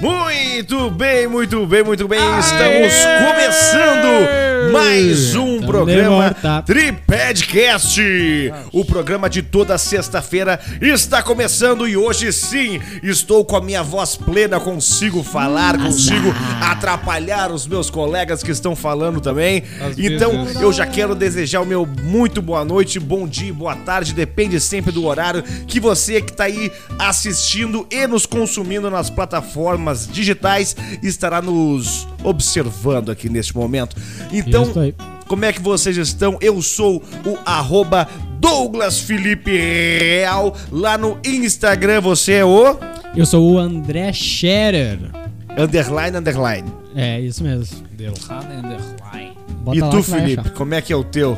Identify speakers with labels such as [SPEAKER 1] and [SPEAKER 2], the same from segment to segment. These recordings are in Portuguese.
[SPEAKER 1] Muito bem, muito bem, muito bem. Estamos começando mais um
[SPEAKER 2] Tamo de
[SPEAKER 1] programa
[SPEAKER 2] volta.
[SPEAKER 1] Tripadcast. O programa de toda sexta-feira está começando e hoje sim estou com a minha voz plena, consigo falar, consigo atrapalhar os meus colegas que estão falando também.
[SPEAKER 2] Às
[SPEAKER 1] Então
[SPEAKER 2] vezes.
[SPEAKER 1] eu já quero desejar o meu muito boa noite, bom dia, boa tarde, depende sempre do horário que você que está aí assistindo e nos consumindo nas plataformas digitais estará nos observando aqui neste momento. Então,
[SPEAKER 2] Isso aí.
[SPEAKER 1] como é que vocês estão? Eu sou o arroba Douglas Felipe Real lá no Instagram, você é o
[SPEAKER 2] Eu sou o André Scherer.
[SPEAKER 1] underline underline.
[SPEAKER 2] É, isso mesmo.
[SPEAKER 3] Del Hanenderlein.
[SPEAKER 2] Bota
[SPEAKER 1] e
[SPEAKER 2] lá
[SPEAKER 1] tu,
[SPEAKER 2] que vai
[SPEAKER 1] Felipe,
[SPEAKER 2] achar.
[SPEAKER 1] como é que é o teu?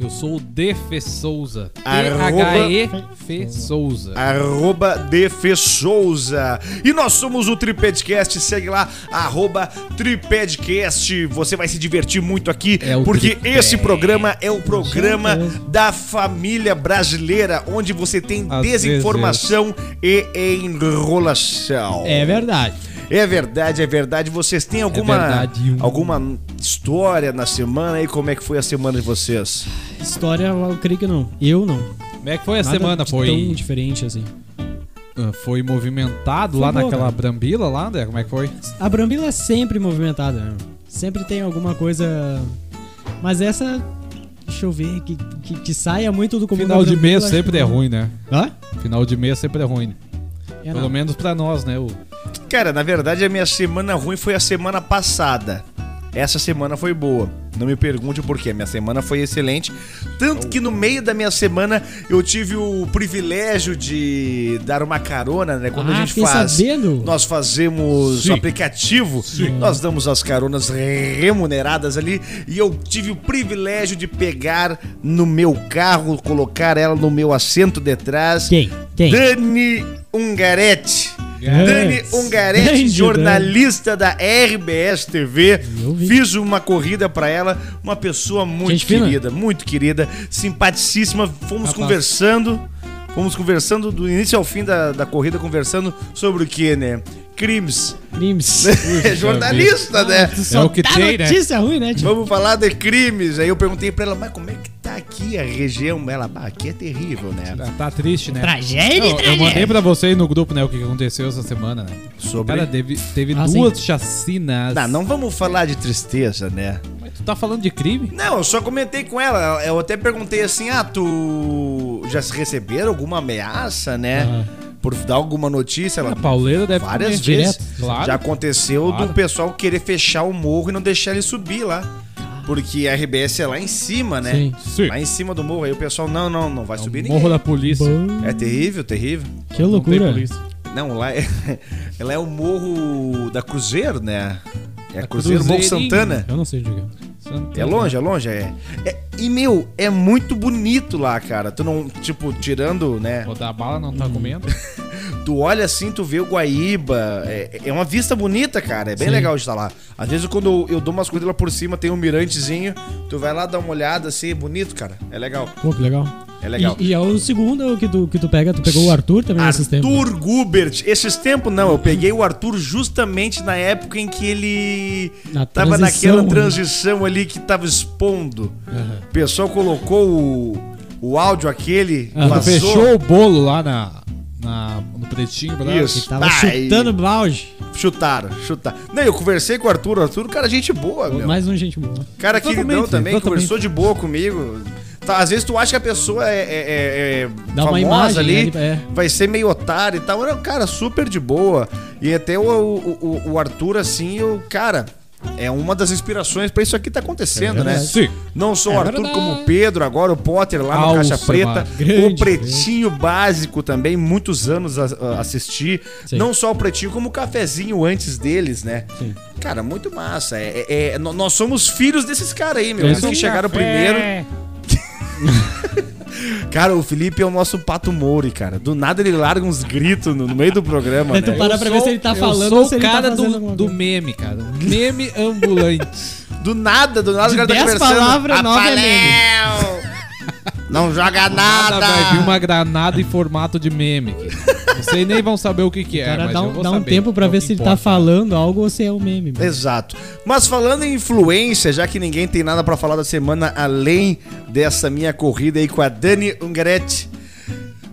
[SPEAKER 3] Eu sou o Defe Souza.
[SPEAKER 1] Arroba-
[SPEAKER 3] T-H-E-F Souza.
[SPEAKER 1] Arroba DF Souza. E nós somos o Tripedcast. Segue lá, arroba Tripedcast. Você vai se divertir muito aqui,
[SPEAKER 3] É o
[SPEAKER 1] porque
[SPEAKER 3] Triped.
[SPEAKER 1] esse programa é o programa
[SPEAKER 2] certeza.
[SPEAKER 1] da família brasileira, onde você tem
[SPEAKER 3] Às
[SPEAKER 1] desinformação e enrolação.
[SPEAKER 2] É verdade.
[SPEAKER 1] É verdade, é verdade. Vocês têm alguma,
[SPEAKER 3] verdade. um.
[SPEAKER 1] alguma história na semana aí? Como é que foi a semana de vocês?
[SPEAKER 2] História, eu creio que não. Eu não.
[SPEAKER 3] Como é que foi a
[SPEAKER 2] Nada
[SPEAKER 3] semana?
[SPEAKER 2] de Tão
[SPEAKER 3] Foi,
[SPEAKER 2] diferente assim.
[SPEAKER 3] ah, foi movimentado
[SPEAKER 2] Foi
[SPEAKER 3] lá
[SPEAKER 2] boa,
[SPEAKER 3] naquela
[SPEAKER 2] cara.
[SPEAKER 3] brambila lá, André? Como é que foi?
[SPEAKER 2] A Brambila é sempre movimentada, né? Sempre tem alguma coisa. Mas essa. Deixa eu ver, que, que, que saia muito do comum.
[SPEAKER 3] Final
[SPEAKER 2] da
[SPEAKER 3] de
[SPEAKER 2] Brambila,
[SPEAKER 3] mês
[SPEAKER 2] acho que
[SPEAKER 3] sempre é
[SPEAKER 2] não.
[SPEAKER 3] ruim, né?
[SPEAKER 2] Hã?
[SPEAKER 3] Final de mês sempre é ruim.
[SPEAKER 2] É,
[SPEAKER 3] Pelo
[SPEAKER 2] não.
[SPEAKER 3] menos pra nós, né? O...
[SPEAKER 1] Cara, na verdade a minha semana ruim foi a semana passada. Essa semana foi boa. Não me pergunte o porquê, minha semana foi excelente. Tanto que no meio da minha semana eu tive o privilégio de dar uma carona, né? Quando
[SPEAKER 2] Ah,
[SPEAKER 1] a gente
[SPEAKER 2] fiquei
[SPEAKER 1] faz.
[SPEAKER 2] sabendo.
[SPEAKER 1] Nós fazemos
[SPEAKER 3] Sim.
[SPEAKER 1] o aplicativo, nós damos as caronas remuneradas ali. E eu tive o privilégio de pegar no meu carro, colocar ela no meu assento de trás.
[SPEAKER 2] Quem? Quem?
[SPEAKER 1] Dani Ungaretti.
[SPEAKER 2] Yes.
[SPEAKER 1] Dani Ungaretti,
[SPEAKER 2] Grande
[SPEAKER 1] jornalista da RBS TV,
[SPEAKER 2] Eu vi.
[SPEAKER 1] fiz uma corrida pra ela, uma pessoa muito
[SPEAKER 2] Gente fina.
[SPEAKER 1] querida, muito querida, simpaticíssima. Fomos
[SPEAKER 3] Rapaz.
[SPEAKER 1] conversando, fomos conversando do início ao fim da, da corrida, conversando sobre o que, né? Crimes.
[SPEAKER 2] Crimes.
[SPEAKER 1] É jornalista, né?
[SPEAKER 3] É o que
[SPEAKER 2] Dá
[SPEAKER 3] tem, né?
[SPEAKER 2] notícia ruim, né, tio?
[SPEAKER 1] Vamos falar de crimes. Aí eu perguntei pra ela, mas como é que tá aqui a região? Ela, bah, aqui é terrível, né?
[SPEAKER 3] Tá- Tá triste, né?
[SPEAKER 2] Tragédia,
[SPEAKER 3] Não, eu mandei pra vocês no grupo, né, o que aconteceu essa semana, né?
[SPEAKER 1] Sobre-
[SPEAKER 3] Cara, teve, teve
[SPEAKER 2] Ah,
[SPEAKER 3] duas chacinas.
[SPEAKER 1] Não, não vamos falar de tristeza, né?
[SPEAKER 3] Mas tu tá falando de crime?
[SPEAKER 1] Não, eu só comentei com ela. Eu até perguntei assim: ah, tu já se receberam alguma ameaça, né? Por dar alguma notícia? Ela,
[SPEAKER 3] A pauleira deve
[SPEAKER 1] várias
[SPEAKER 3] Ah, comer
[SPEAKER 1] vezes.
[SPEAKER 3] direto, claro.
[SPEAKER 1] Já aconteceu
[SPEAKER 3] Claro.
[SPEAKER 1] do pessoal querer fechar o morro e não deixar ele subir lá. Porque a RBS é lá em cima, né?
[SPEAKER 2] Sim.
[SPEAKER 3] Sim. É um
[SPEAKER 1] Lá em cima do morro. Aí o pessoal, não, não, não vai subir ninguém.
[SPEAKER 3] Morro da polícia.
[SPEAKER 1] É terrível, terrível.
[SPEAKER 2] Que
[SPEAKER 3] Não tem
[SPEAKER 2] loucura.
[SPEAKER 3] polícia.
[SPEAKER 1] Não, lá é, lá é o morro da Cruzeiro, né? É
[SPEAKER 3] Da
[SPEAKER 1] Cruzeiro, Morro
[SPEAKER 3] Cruzeirinho.
[SPEAKER 1] Santana.
[SPEAKER 2] Eu não sei, Diego.
[SPEAKER 3] Santa-
[SPEAKER 1] É longe, é longe, é. É- E, meu, é muito bonito lá, cara. Tu não, tipo, tirando, né?
[SPEAKER 3] Vou dar a bala, não tá comendo.
[SPEAKER 1] Tu olha assim, tu vê o Guaíba. É, é uma vista bonita, cara. É bem
[SPEAKER 2] Sim.
[SPEAKER 1] legal de estar lá. Às vezes, quando eu, eu dou umas coisas lá por cima, tem um mirantezinho. Tu vai lá dar uma olhada assim, é bonito, cara. É legal,
[SPEAKER 2] Pô, que legal.
[SPEAKER 1] é legal.
[SPEAKER 2] E, e é o segundo que tu, que tu pega, tu pegou o Arthur também né? nesses Hum, tempos.
[SPEAKER 1] Arthur Gubert. Esses tempos não, eu peguei o Arthur justamente na época em que ele
[SPEAKER 2] Na
[SPEAKER 1] tava
[SPEAKER 2] transição,
[SPEAKER 1] naquela
[SPEAKER 2] né?
[SPEAKER 1] transição ali que tava expondo. O pessoal colocou o, o áudio aquele,
[SPEAKER 2] Ah,
[SPEAKER 1] passou.
[SPEAKER 3] Fechou o bolo lá na, na- no pretinho, pra lá.
[SPEAKER 1] Isso.
[SPEAKER 2] Tava
[SPEAKER 1] Ah, e-
[SPEAKER 2] chutando balde.
[SPEAKER 1] Chutaram, chutaram. Não, eu conversei com o Arthur, o Arthur, cara, gente boa, meu.
[SPEAKER 2] Mais um, gente boa.
[SPEAKER 1] Cara queridão
[SPEAKER 3] Totalmente,
[SPEAKER 1] também,
[SPEAKER 3] totalmente.
[SPEAKER 1] conversou de boa comigo. Tá, às vezes tu acha que a pessoa é, é- é- é
[SPEAKER 2] Dá
[SPEAKER 1] famosa
[SPEAKER 2] uma imagem,
[SPEAKER 1] ali,
[SPEAKER 2] né?
[SPEAKER 1] vai ser meio otário e tal. Não, cara, super de boa. E até o, o- o- o Arthur, assim, eu, cara, é uma das inspirações pra isso aqui tá acontecendo,
[SPEAKER 2] É
[SPEAKER 1] né?
[SPEAKER 2] verdade.
[SPEAKER 3] Sim.
[SPEAKER 1] Não só o
[SPEAKER 2] É
[SPEAKER 1] Arthur,
[SPEAKER 2] verdade.
[SPEAKER 1] como o Pedro, agora o Potter lá no Caixa
[SPEAKER 3] Alcemar,
[SPEAKER 1] Preta.
[SPEAKER 2] grande,
[SPEAKER 1] o Pretinho Básico também, muitos anos a, a- assisti.
[SPEAKER 2] Sim.
[SPEAKER 1] Não só o Pretinho, como o Cafezinho antes deles, né?
[SPEAKER 2] Sim.
[SPEAKER 1] Cara, muito massa. É, é- é- nó- nós somos filhos desses caras aí, meu.
[SPEAKER 2] É
[SPEAKER 1] Eles
[SPEAKER 2] isso
[SPEAKER 1] que
[SPEAKER 2] aí.
[SPEAKER 1] chegaram primeiro. Cara, o Felipe é o nosso Pato Mouri, cara. Do nada ele larga uns gritos no, no meio do programa,
[SPEAKER 2] Aí tu
[SPEAKER 1] né?
[SPEAKER 2] para pra ver se ele tá falando
[SPEAKER 3] Eu
[SPEAKER 2] ou
[SPEAKER 3] sou
[SPEAKER 2] se
[SPEAKER 3] o
[SPEAKER 2] ele tá
[SPEAKER 3] cara
[SPEAKER 2] fazendo
[SPEAKER 3] do,
[SPEAKER 2] alguma
[SPEAKER 3] do
[SPEAKER 2] coisa.
[SPEAKER 3] meme, cara. Um Meme ambulante.
[SPEAKER 1] Do nada, do nada
[SPEAKER 2] De
[SPEAKER 1] o cara tá
[SPEAKER 2] dez
[SPEAKER 1] conversando.
[SPEAKER 2] palavras, nove é
[SPEAKER 1] Apaléu! Não joga nada!
[SPEAKER 3] Vai vir uma granada em formato de meme. aqui. Não sei nem vão saber o que, que é.
[SPEAKER 2] Cara,
[SPEAKER 3] mas
[SPEAKER 2] dá
[SPEAKER 3] eu
[SPEAKER 2] um,
[SPEAKER 3] vou
[SPEAKER 2] dá um
[SPEAKER 3] saber.
[SPEAKER 2] tempo pra
[SPEAKER 3] Não
[SPEAKER 2] ver se ele tá
[SPEAKER 3] importa.
[SPEAKER 2] falando algo ou se é um meme. mano.
[SPEAKER 1] Exato. Mas falando em influência, já que ninguém tem nada pra falar da semana além dessa minha corrida aí com a Dani Ungaretti,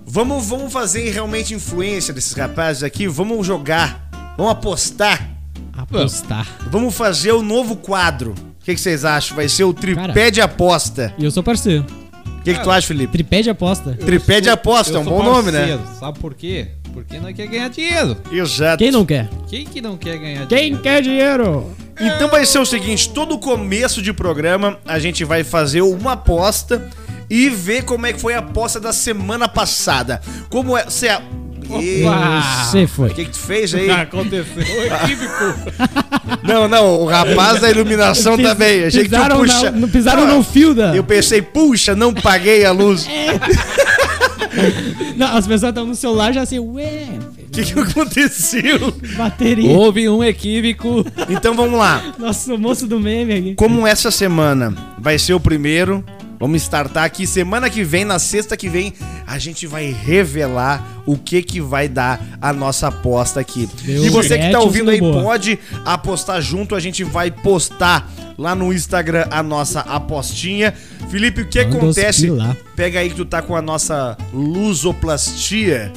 [SPEAKER 1] vamos, vamos fazer realmente influência desses rapazes aqui? Vamos jogar, vamos apostar,
[SPEAKER 2] Apostar.
[SPEAKER 1] vamos fazer o novo quadro. O que, que vocês acham? Vai ser o tripé
[SPEAKER 2] Cara.
[SPEAKER 1] de aposta.
[SPEAKER 2] E eu sou parceiro.
[SPEAKER 1] O que, que tu acha, Felipe?
[SPEAKER 2] Tripé de aposta.
[SPEAKER 1] Tripé de aposta, é
[SPEAKER 3] Eu
[SPEAKER 1] um
[SPEAKER 3] sou
[SPEAKER 1] bom nome, né?
[SPEAKER 3] parceiro, Sabe por quê? Porque não quer ganhar dinheiro.
[SPEAKER 1] Exato.
[SPEAKER 2] Quem não quer?
[SPEAKER 3] Quem que não quer ganhar dinheiro?
[SPEAKER 2] Quem quer dinheiro?
[SPEAKER 1] Então vai ser o seguinte, todo começo de programa a gente vai fazer uma aposta e ver como é que foi a aposta da semana passada. Como é, você é... Ih,
[SPEAKER 2] Você foi.
[SPEAKER 1] O que que tu fez aí?
[SPEAKER 3] Aconteceu. Equívoco.
[SPEAKER 1] Não, não, o rapaz da iluminação
[SPEAKER 2] Pis-
[SPEAKER 1] também. Achei que tu
[SPEAKER 2] pisaram
[SPEAKER 1] puxa.
[SPEAKER 2] na- no- pisaram
[SPEAKER 1] Ah,
[SPEAKER 2] no fio da.
[SPEAKER 1] Eu pensei, puxa, não paguei a luz. O
[SPEAKER 2] Não, as pessoas estão no celular já assim, ué,
[SPEAKER 1] que, que aconteceu?
[SPEAKER 2] bateria.
[SPEAKER 3] Houve um equívoco.
[SPEAKER 1] Então vamos lá.
[SPEAKER 2] Nosso moço do meme aqui.
[SPEAKER 1] Como essa semana vai ser o primeiro, vamos startar aqui. Semana que vem, na sexta que vem, a gente vai revelar o que que vai dar a nossa aposta aqui.
[SPEAKER 2] Meu
[SPEAKER 1] e você que tá
[SPEAKER 2] Deus,
[SPEAKER 1] ouvindo aí,
[SPEAKER 2] boa.
[SPEAKER 1] pode apostar junto. A gente vai postar lá no Instagram a nossa apostinha. Felipe, o que
[SPEAKER 2] Manda os
[SPEAKER 1] acontece?
[SPEAKER 2] pila.
[SPEAKER 1] Pega aí que tu tá com a nossa lusoplastia.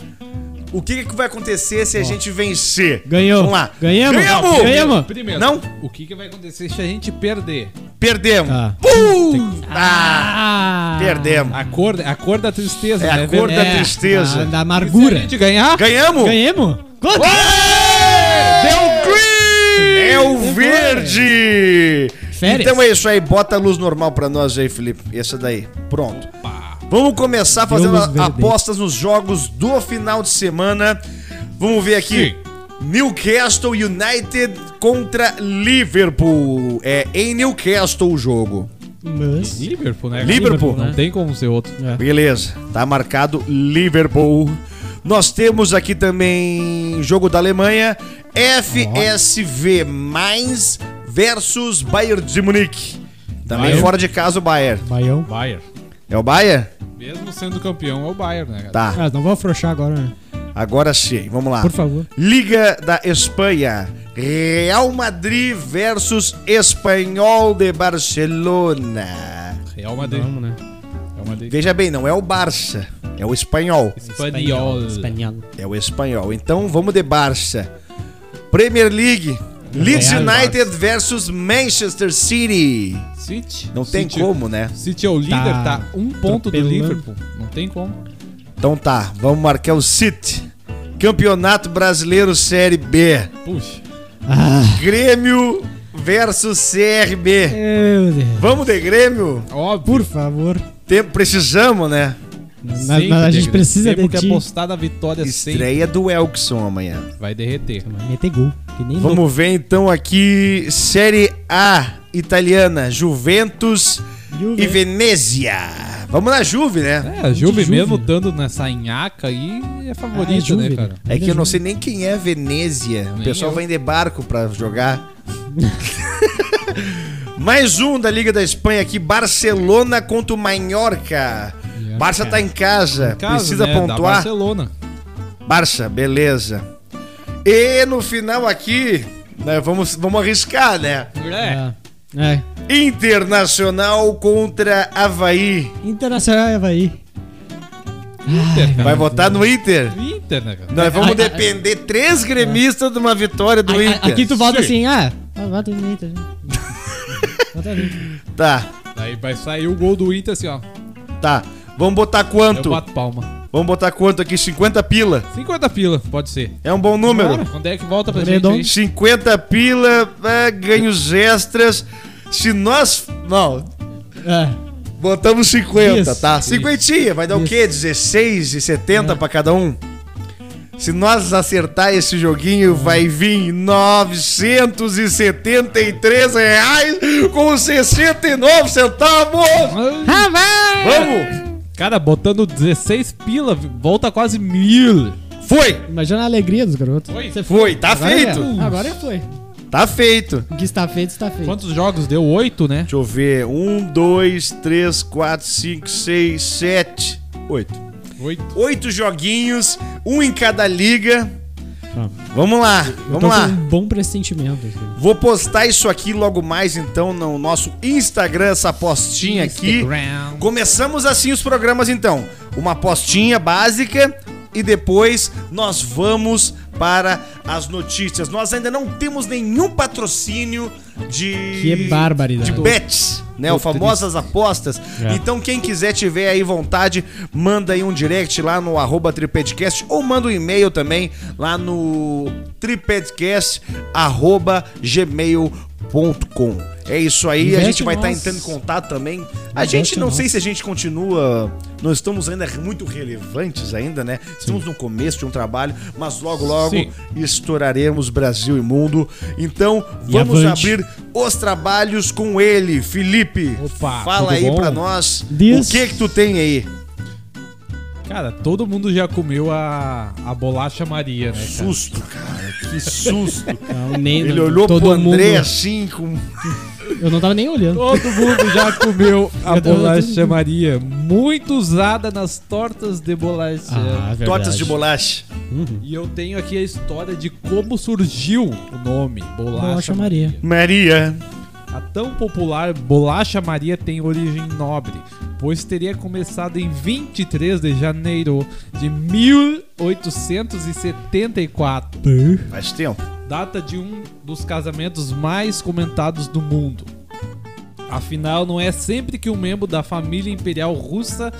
[SPEAKER 1] O que, que vai acontecer se a gente vencer?
[SPEAKER 2] Ganhou.
[SPEAKER 1] Vamos lá.
[SPEAKER 2] Ganhamos.
[SPEAKER 1] Ganhamos.
[SPEAKER 2] Ganhamos.
[SPEAKER 1] É,
[SPEAKER 3] Primeiro,
[SPEAKER 1] Não?
[SPEAKER 3] o que, que vai acontecer se a gente perder?
[SPEAKER 1] Perdemos.
[SPEAKER 2] Tá.
[SPEAKER 1] Pum! Ah.
[SPEAKER 2] Ah!
[SPEAKER 1] Perdemos.
[SPEAKER 3] A cor, a cor da tristeza,
[SPEAKER 1] É a
[SPEAKER 3] né?
[SPEAKER 1] cor
[SPEAKER 3] Ver-
[SPEAKER 1] da
[SPEAKER 2] É,
[SPEAKER 1] tristeza.
[SPEAKER 2] Da, da
[SPEAKER 3] Se a
[SPEAKER 2] amargura.
[SPEAKER 3] gente ganhar,
[SPEAKER 1] Ganhamos?
[SPEAKER 2] Ganhamos? Quanto?
[SPEAKER 1] É o green! É o verde!
[SPEAKER 2] Férias.
[SPEAKER 1] Então é isso aí, bota a luz normal pra nós aí, Felipe. Essa daí. Pronto. Vamos começar fazendo
[SPEAKER 2] luz
[SPEAKER 1] a-
[SPEAKER 2] verde.
[SPEAKER 1] apostas nos jogos do final de semana. Vamos ver aqui. Newcastle United contra Liverpool. É em Newcastle o jogo.
[SPEAKER 2] Mas...
[SPEAKER 3] Liverpool, né?
[SPEAKER 1] Liverpool.
[SPEAKER 3] Não tem como ser outro.
[SPEAKER 1] Beleza, tá marcado Liverpool. Nós temos aqui também jogo da Alemanha, FSV mais versus Bayern de Munique. Também
[SPEAKER 3] Bayern.
[SPEAKER 1] fora de casa o Bayern.
[SPEAKER 2] Baião.
[SPEAKER 3] Bayern.
[SPEAKER 1] É o Bayern?
[SPEAKER 3] Mesmo sendo campeão, é o Bayern, né, cara?
[SPEAKER 1] Tá,
[SPEAKER 2] Ah, não vou afrouxar agora, né?
[SPEAKER 1] agora sim, vamos lá.
[SPEAKER 2] Por favor.
[SPEAKER 1] Liga da Espanha, Real Madrid versus Espanhol de Barcelona.
[SPEAKER 3] Real Madrid.
[SPEAKER 2] Vamos, né?
[SPEAKER 3] Real Madrid.
[SPEAKER 1] Veja bem, não é o Barça, é o Espanhol.
[SPEAKER 3] Espanhol.
[SPEAKER 2] Espanhol.
[SPEAKER 1] É o espanhol. Então vamos de Barça. Premier League. Leeds
[SPEAKER 3] Real,
[SPEAKER 1] United versus Manchester City.
[SPEAKER 3] City.
[SPEAKER 1] Não tem
[SPEAKER 3] City-
[SPEAKER 1] como, né?
[SPEAKER 3] City é o líder,
[SPEAKER 2] Tá
[SPEAKER 3] tá, um ponto do
[SPEAKER 2] atropelando.
[SPEAKER 3] Liverpool. Não tem como.
[SPEAKER 1] Então tá, vamos marcar o City. Campeonato Brasileiro Série B.
[SPEAKER 3] Puxa.
[SPEAKER 2] Ah,
[SPEAKER 1] Grêmio versus CRB.
[SPEAKER 2] meu Deus.
[SPEAKER 1] Vamos de Grêmio?
[SPEAKER 3] Óbvio.
[SPEAKER 2] Por favor.
[SPEAKER 1] Tem- precisamos, né?
[SPEAKER 2] Na- na- a gente precisa de
[SPEAKER 3] Temos que
[SPEAKER 2] ti.
[SPEAKER 3] apostar na vitória sempre.
[SPEAKER 1] Estreia do Elkson amanhã.
[SPEAKER 3] Vai derreter.
[SPEAKER 2] Meter gol. Que nem louco.
[SPEAKER 1] Vamos ver então aqui Série A italiana, Juventus
[SPEAKER 2] Juve.
[SPEAKER 1] e Venezia. Vamos na Juve, né?
[SPEAKER 3] É, a Juve,
[SPEAKER 2] Juve.
[SPEAKER 3] mesmo estando nessa nhaca aí, é
[SPEAKER 2] Um Ah, é
[SPEAKER 3] favorito,
[SPEAKER 2] Juve,
[SPEAKER 3] né, cara?
[SPEAKER 1] É que eu
[SPEAKER 2] Juve.
[SPEAKER 1] não sei nem quem é Venezia. O
[SPEAKER 3] Nem
[SPEAKER 1] pessoal
[SPEAKER 3] eu.
[SPEAKER 1] vem de barco pra jogar. Mais um da Liga da Espanha aqui, Barcelona contra o Mallorca. Barça tá em casa,
[SPEAKER 3] Caso,
[SPEAKER 1] precisa
[SPEAKER 3] né, Da
[SPEAKER 1] pontuar.
[SPEAKER 3] Barcelona.
[SPEAKER 1] Barça, beleza. E no final aqui, né, vamos, vamos arriscar, né?
[SPEAKER 3] É.
[SPEAKER 2] Ah, é.
[SPEAKER 1] Internacional contra Havaí.
[SPEAKER 2] Internacional e Havaí. Ah,
[SPEAKER 3] Inter, cara.
[SPEAKER 1] Vai votar no Inter?
[SPEAKER 3] Inter, né, cara?
[SPEAKER 1] Nós vamos
[SPEAKER 2] Ai, ai,
[SPEAKER 1] depender três gremistas de uma vitória do
[SPEAKER 2] Aí, a-
[SPEAKER 1] Inter.
[SPEAKER 2] aqui tu volta assim,
[SPEAKER 3] Sim.
[SPEAKER 2] ah, ah, bota no Inter. né? Bota no Inter.
[SPEAKER 1] Tá,
[SPEAKER 3] Daí vai sair o gol do Inter assim, ó.
[SPEAKER 1] tá. Vamos botar
[SPEAKER 3] Eu
[SPEAKER 1] quanto?
[SPEAKER 3] bato palma.
[SPEAKER 1] Vamos botar quanto aqui? 50 pila.
[SPEAKER 3] 50 pila, pode ser.
[SPEAKER 1] É um bom número.
[SPEAKER 3] Quando é que volta pra
[SPEAKER 2] Redondo.
[SPEAKER 3] gente
[SPEAKER 1] 50 pila, é, ganhos extras. Se nós. Não,
[SPEAKER 2] Ah,
[SPEAKER 1] botamos 50,
[SPEAKER 2] Isso,
[SPEAKER 1] tá?
[SPEAKER 2] isso.
[SPEAKER 1] Cinquentinha, vai dar o
[SPEAKER 2] Isso. É.
[SPEAKER 1] quê? 16 e 70 pra cada um? Se nós acertar esse
[SPEAKER 2] É.
[SPEAKER 1] joguinho, vai vir 973 reais com 69 centavos!
[SPEAKER 2] É.
[SPEAKER 3] aí? Ah,
[SPEAKER 2] vai!
[SPEAKER 1] Vamos!
[SPEAKER 3] Cara, botando 16 pila, volta quase mil.
[SPEAKER 1] Foi!
[SPEAKER 2] Imagina a alegria dos garotos.
[SPEAKER 3] Foi.
[SPEAKER 2] Você
[SPEAKER 1] Foi, tá
[SPEAKER 2] Agora
[SPEAKER 1] feito!
[SPEAKER 2] É. Agora foi.
[SPEAKER 1] Tá feito.
[SPEAKER 2] O que está feito, está feito.
[SPEAKER 3] Quantos jogos deu? Oito, né?
[SPEAKER 1] Deixa eu ver. Um, dois, três, quatro, cinco, seis, sete, oito.
[SPEAKER 3] Oito.
[SPEAKER 1] Oito joguinhos, um em cada liga.
[SPEAKER 2] Tá.
[SPEAKER 1] Vamos lá,
[SPEAKER 2] Eu tô
[SPEAKER 1] vamos lá.
[SPEAKER 2] com um bom pressentimento. assim.
[SPEAKER 1] Vou postar isso aqui logo mais, então, no nosso Instagram, essa postinha aqui.
[SPEAKER 3] Instagram.
[SPEAKER 1] Começamos assim os programas, então. Uma postinha básica e depois nós vamos para as notícias. Nós ainda não temos nenhum patrocínio de...
[SPEAKER 2] Que barbaridade.
[SPEAKER 1] De bets, né? O famosas apostas.
[SPEAKER 2] É.
[SPEAKER 1] Então, quem quiser tiver aí vontade, manda aí um direct lá no arroba tripedcast ou manda um e-mail também lá no tripedcast arroba gmail.com. É isso aí, a
[SPEAKER 2] Investe
[SPEAKER 1] gente vai estar
[SPEAKER 2] nós.
[SPEAKER 1] entrando em contato também. A
[SPEAKER 2] Investe
[SPEAKER 1] gente não
[SPEAKER 2] nós.
[SPEAKER 1] sei se a gente continua, não estamos ainda muito relevantes ainda, né? Estamos no começo de um trabalho, mas logo logo
[SPEAKER 3] Sim.
[SPEAKER 1] estouraremos Brasil e mundo. Então,
[SPEAKER 2] E
[SPEAKER 1] vamos
[SPEAKER 2] avante.
[SPEAKER 1] abrir os trabalhos com ele, Felipe.
[SPEAKER 3] Opa,
[SPEAKER 1] fala
[SPEAKER 3] tudo
[SPEAKER 1] aí
[SPEAKER 3] bom?
[SPEAKER 1] pra nós
[SPEAKER 2] Diz.
[SPEAKER 1] o que que tu tem aí.
[SPEAKER 3] Cara, todo mundo já comeu a, a bolacha Maria, né? cara?
[SPEAKER 1] Susto, cara, que susto.
[SPEAKER 2] Então, nem,
[SPEAKER 1] Ele olhou
[SPEAKER 2] todo
[SPEAKER 1] pro
[SPEAKER 2] mundo,
[SPEAKER 1] André assim com
[SPEAKER 2] Eu não tava nem olhando.
[SPEAKER 3] Todo mundo já comeu a
[SPEAKER 2] Eu tô-
[SPEAKER 3] bolacha Maria, muito usada nas tortas de bolacha.
[SPEAKER 2] Ah, é verdade.
[SPEAKER 1] É, tortas de bolacha.
[SPEAKER 3] E eu tenho aqui a história de como surgiu o nome Bolacha,
[SPEAKER 2] Bolacha Maria.
[SPEAKER 1] Maria.
[SPEAKER 3] Maria. A tão popular Bolacha Maria tem origem nobre, pois teria começado em 23 de janeiro de 1874,
[SPEAKER 1] Faz tempo.
[SPEAKER 3] data de um dos casamentos mais comentados do mundo. Afinal, não é sempre que um membro da família imperial russa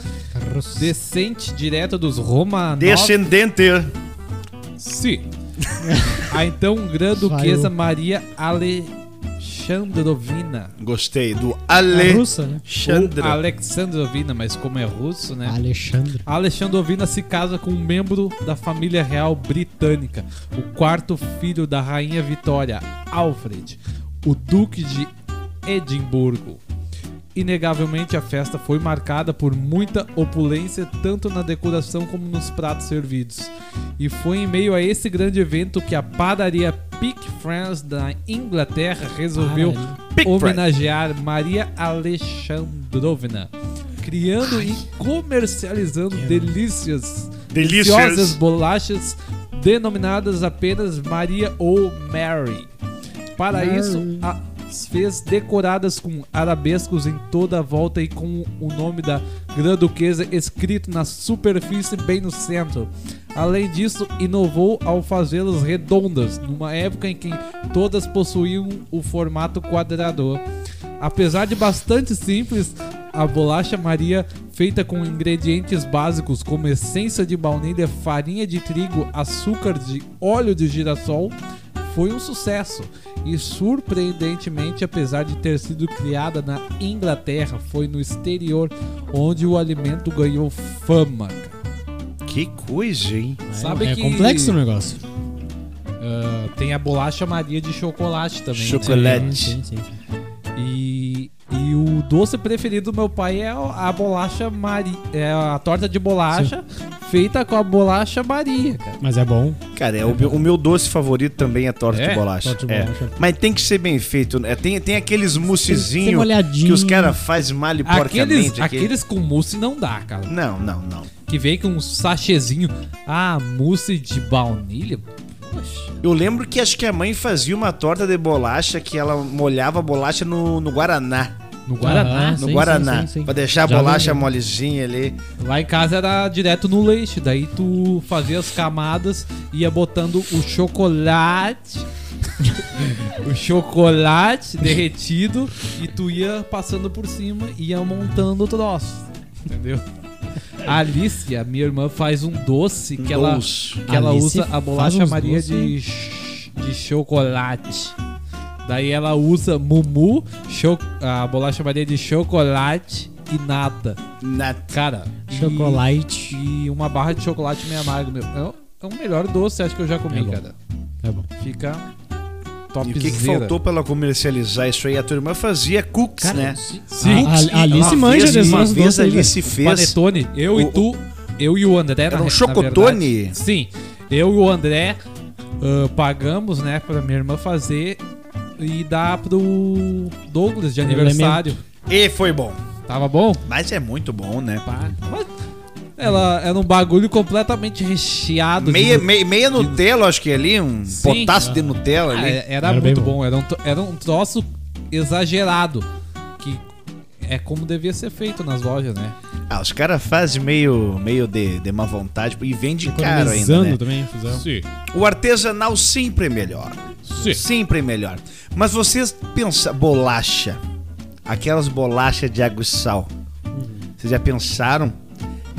[SPEAKER 3] descente direto dos Romanov
[SPEAKER 1] Descendente.
[SPEAKER 3] Sim. A então grã-duquesa
[SPEAKER 2] Saiu.
[SPEAKER 3] Maria Alexandrovna.
[SPEAKER 1] Gostei do
[SPEAKER 2] A
[SPEAKER 1] Ale.
[SPEAKER 2] russa, né?
[SPEAKER 3] Ou
[SPEAKER 1] Alexandra.
[SPEAKER 3] Alexandrovna, mas como é russo, né?
[SPEAKER 2] Alexandre.
[SPEAKER 3] A Alexandrovna se casa com um membro da família real britânica, o quarto filho da rainha Vitória, Alfred, o duque de Edimburgo. Inegavelmente, a festa foi marcada por muita opulência, tanto na decoração como nos pratos servidos. E foi em meio a esse grande evento que a padaria Pick France da Inglaterra resolveu
[SPEAKER 2] Padaria.
[SPEAKER 1] Pick Friends.
[SPEAKER 3] homenagear Maria Alexandrovna, criando e comercializando delícias,
[SPEAKER 1] Delícias.
[SPEAKER 3] deliciosas bolachas denominadas apenas Maria ou Mary. Para
[SPEAKER 2] Mary.
[SPEAKER 3] isso, as fez decoradas com arabescos em toda a volta e com o nome da Grã Duquesa escrito na superfície bem no centro. Além disso, inovou ao fazê-las redondas, numa época em que todas possuíam o formato quadrado. Apesar de bastante simples, a bolacha Maria, feita com ingredientes básicos como essência de baunilha, farinha de trigo, açúcar de óleo de girassol, foi um sucesso e surpreendentemente, apesar de ter sido criada na Inglaterra, foi no exterior onde o alimento ganhou fama. cara.
[SPEAKER 1] Que coisa, hein?
[SPEAKER 3] Sabe
[SPEAKER 2] é
[SPEAKER 3] que-
[SPEAKER 2] complexo o negócio.
[SPEAKER 3] Ah, tem a bolacha Maria de chocolate também. né?
[SPEAKER 1] Chocolate.
[SPEAKER 2] sim, sim.
[SPEAKER 3] E, e o doce preferido do meu pai é a bolacha Maria, é a torta de bolacha feita com a bolacha Maria, cara.
[SPEAKER 2] Mas é bom.
[SPEAKER 1] Cara, é o, meu, o meu doce favorito também é torta
[SPEAKER 3] É?
[SPEAKER 1] de bolacha.
[SPEAKER 2] Torta de
[SPEAKER 1] É.
[SPEAKER 2] bolacha.
[SPEAKER 1] Mas tem que ser bem feito. né? Tem, tem aqueles
[SPEAKER 2] ser
[SPEAKER 1] moussezinhos
[SPEAKER 2] molhadinho.
[SPEAKER 1] que os caras fazem mal e
[SPEAKER 3] Aqueles,
[SPEAKER 1] porcamente. aquele-
[SPEAKER 3] aqueles com mousse não dá, cara.
[SPEAKER 1] Não, não, não.
[SPEAKER 3] Que vem com um sachêzinho. Ah, mousse de baunilha? Poxa.
[SPEAKER 1] Eu lembro que acho que a mãe fazia uma torta de bolacha que ela molhava a bolacha no, no Guaraná.
[SPEAKER 3] No Guaraná.
[SPEAKER 2] Ah,
[SPEAKER 1] No
[SPEAKER 2] sim,
[SPEAKER 1] Guaraná.
[SPEAKER 2] sim, sim, sim.
[SPEAKER 1] Pra deixar a
[SPEAKER 2] Já
[SPEAKER 1] bolacha
[SPEAKER 2] lembro.
[SPEAKER 1] molezinha ali.
[SPEAKER 3] Lá em casa era direto no leite, daí tu fazia as camadas, ia botando o chocolate, o chocolate derretido e tu ia passando por cima e ia montando o troço, entendeu? A Alicia, minha irmã, faz um doce que ela,
[SPEAKER 1] Doce.
[SPEAKER 3] que ela
[SPEAKER 2] Alice
[SPEAKER 3] usa a
[SPEAKER 2] faz
[SPEAKER 3] bolacha
[SPEAKER 2] uns
[SPEAKER 3] Maria de,
[SPEAKER 2] doces.
[SPEAKER 3] ch- de chocolate. Daí ela usa mumu, cho- a bolacha Maria de chocolate e nata.
[SPEAKER 1] Na...
[SPEAKER 3] Cara, e-
[SPEAKER 2] Chocolate.
[SPEAKER 3] e uma barra de chocolate meio amargo, meu. É o, é o melhor doce, acho que eu já comi,
[SPEAKER 2] É bom.
[SPEAKER 3] cara.
[SPEAKER 2] É bom.
[SPEAKER 3] Fica
[SPEAKER 1] E
[SPEAKER 3] top
[SPEAKER 1] o que, que faltou pra ela comercializar isso aí? A tua irmã fazia cookies, né?
[SPEAKER 3] Ah, Sim,
[SPEAKER 2] A- a- a
[SPEAKER 3] sim.
[SPEAKER 2] Alice
[SPEAKER 1] Uma
[SPEAKER 2] manja
[SPEAKER 1] vez-
[SPEAKER 2] desses
[SPEAKER 1] Uma
[SPEAKER 2] doces né? Um
[SPEAKER 1] vez
[SPEAKER 2] aí,
[SPEAKER 1] ali
[SPEAKER 2] velho.
[SPEAKER 1] se fez.
[SPEAKER 3] Panetone, eu
[SPEAKER 1] O-
[SPEAKER 3] e tu, eu e o André.
[SPEAKER 1] Era
[SPEAKER 3] na-
[SPEAKER 1] um
[SPEAKER 3] na
[SPEAKER 1] chocotone?
[SPEAKER 3] verdade. Sim, eu e o André ah, pagamos, né, pra minha irmã fazer e dá pro Douglas de aniversário.
[SPEAKER 1] E foi bom.
[SPEAKER 3] Tava bom?
[SPEAKER 1] Mas é muito bom, né?
[SPEAKER 3] Pá. Mas Ela era um bagulho completamente recheado. de
[SPEAKER 1] Meia,
[SPEAKER 3] glu-
[SPEAKER 1] meia, meia Nutella, acho que ali, um
[SPEAKER 3] Sim.
[SPEAKER 1] potássio de Nutella
[SPEAKER 3] Ah,
[SPEAKER 1] ali.
[SPEAKER 3] é- era,
[SPEAKER 2] Era bem
[SPEAKER 3] muito bom,
[SPEAKER 2] bom.
[SPEAKER 3] Era, um, tro- era um troço exagerado. Que é como devia ser feito nas lojas, né?
[SPEAKER 1] Ah, os caras fazem meio, meio de, de má vontade e vende caro ainda,
[SPEAKER 2] Economizando
[SPEAKER 1] né?
[SPEAKER 2] também, fusão.
[SPEAKER 3] Sim.
[SPEAKER 1] O artesanal sempre é melhor. Sempre é melhor. Mas vocês pensam... Bolacha. Aquelas bolachas de água e sal. Vocês já pensaram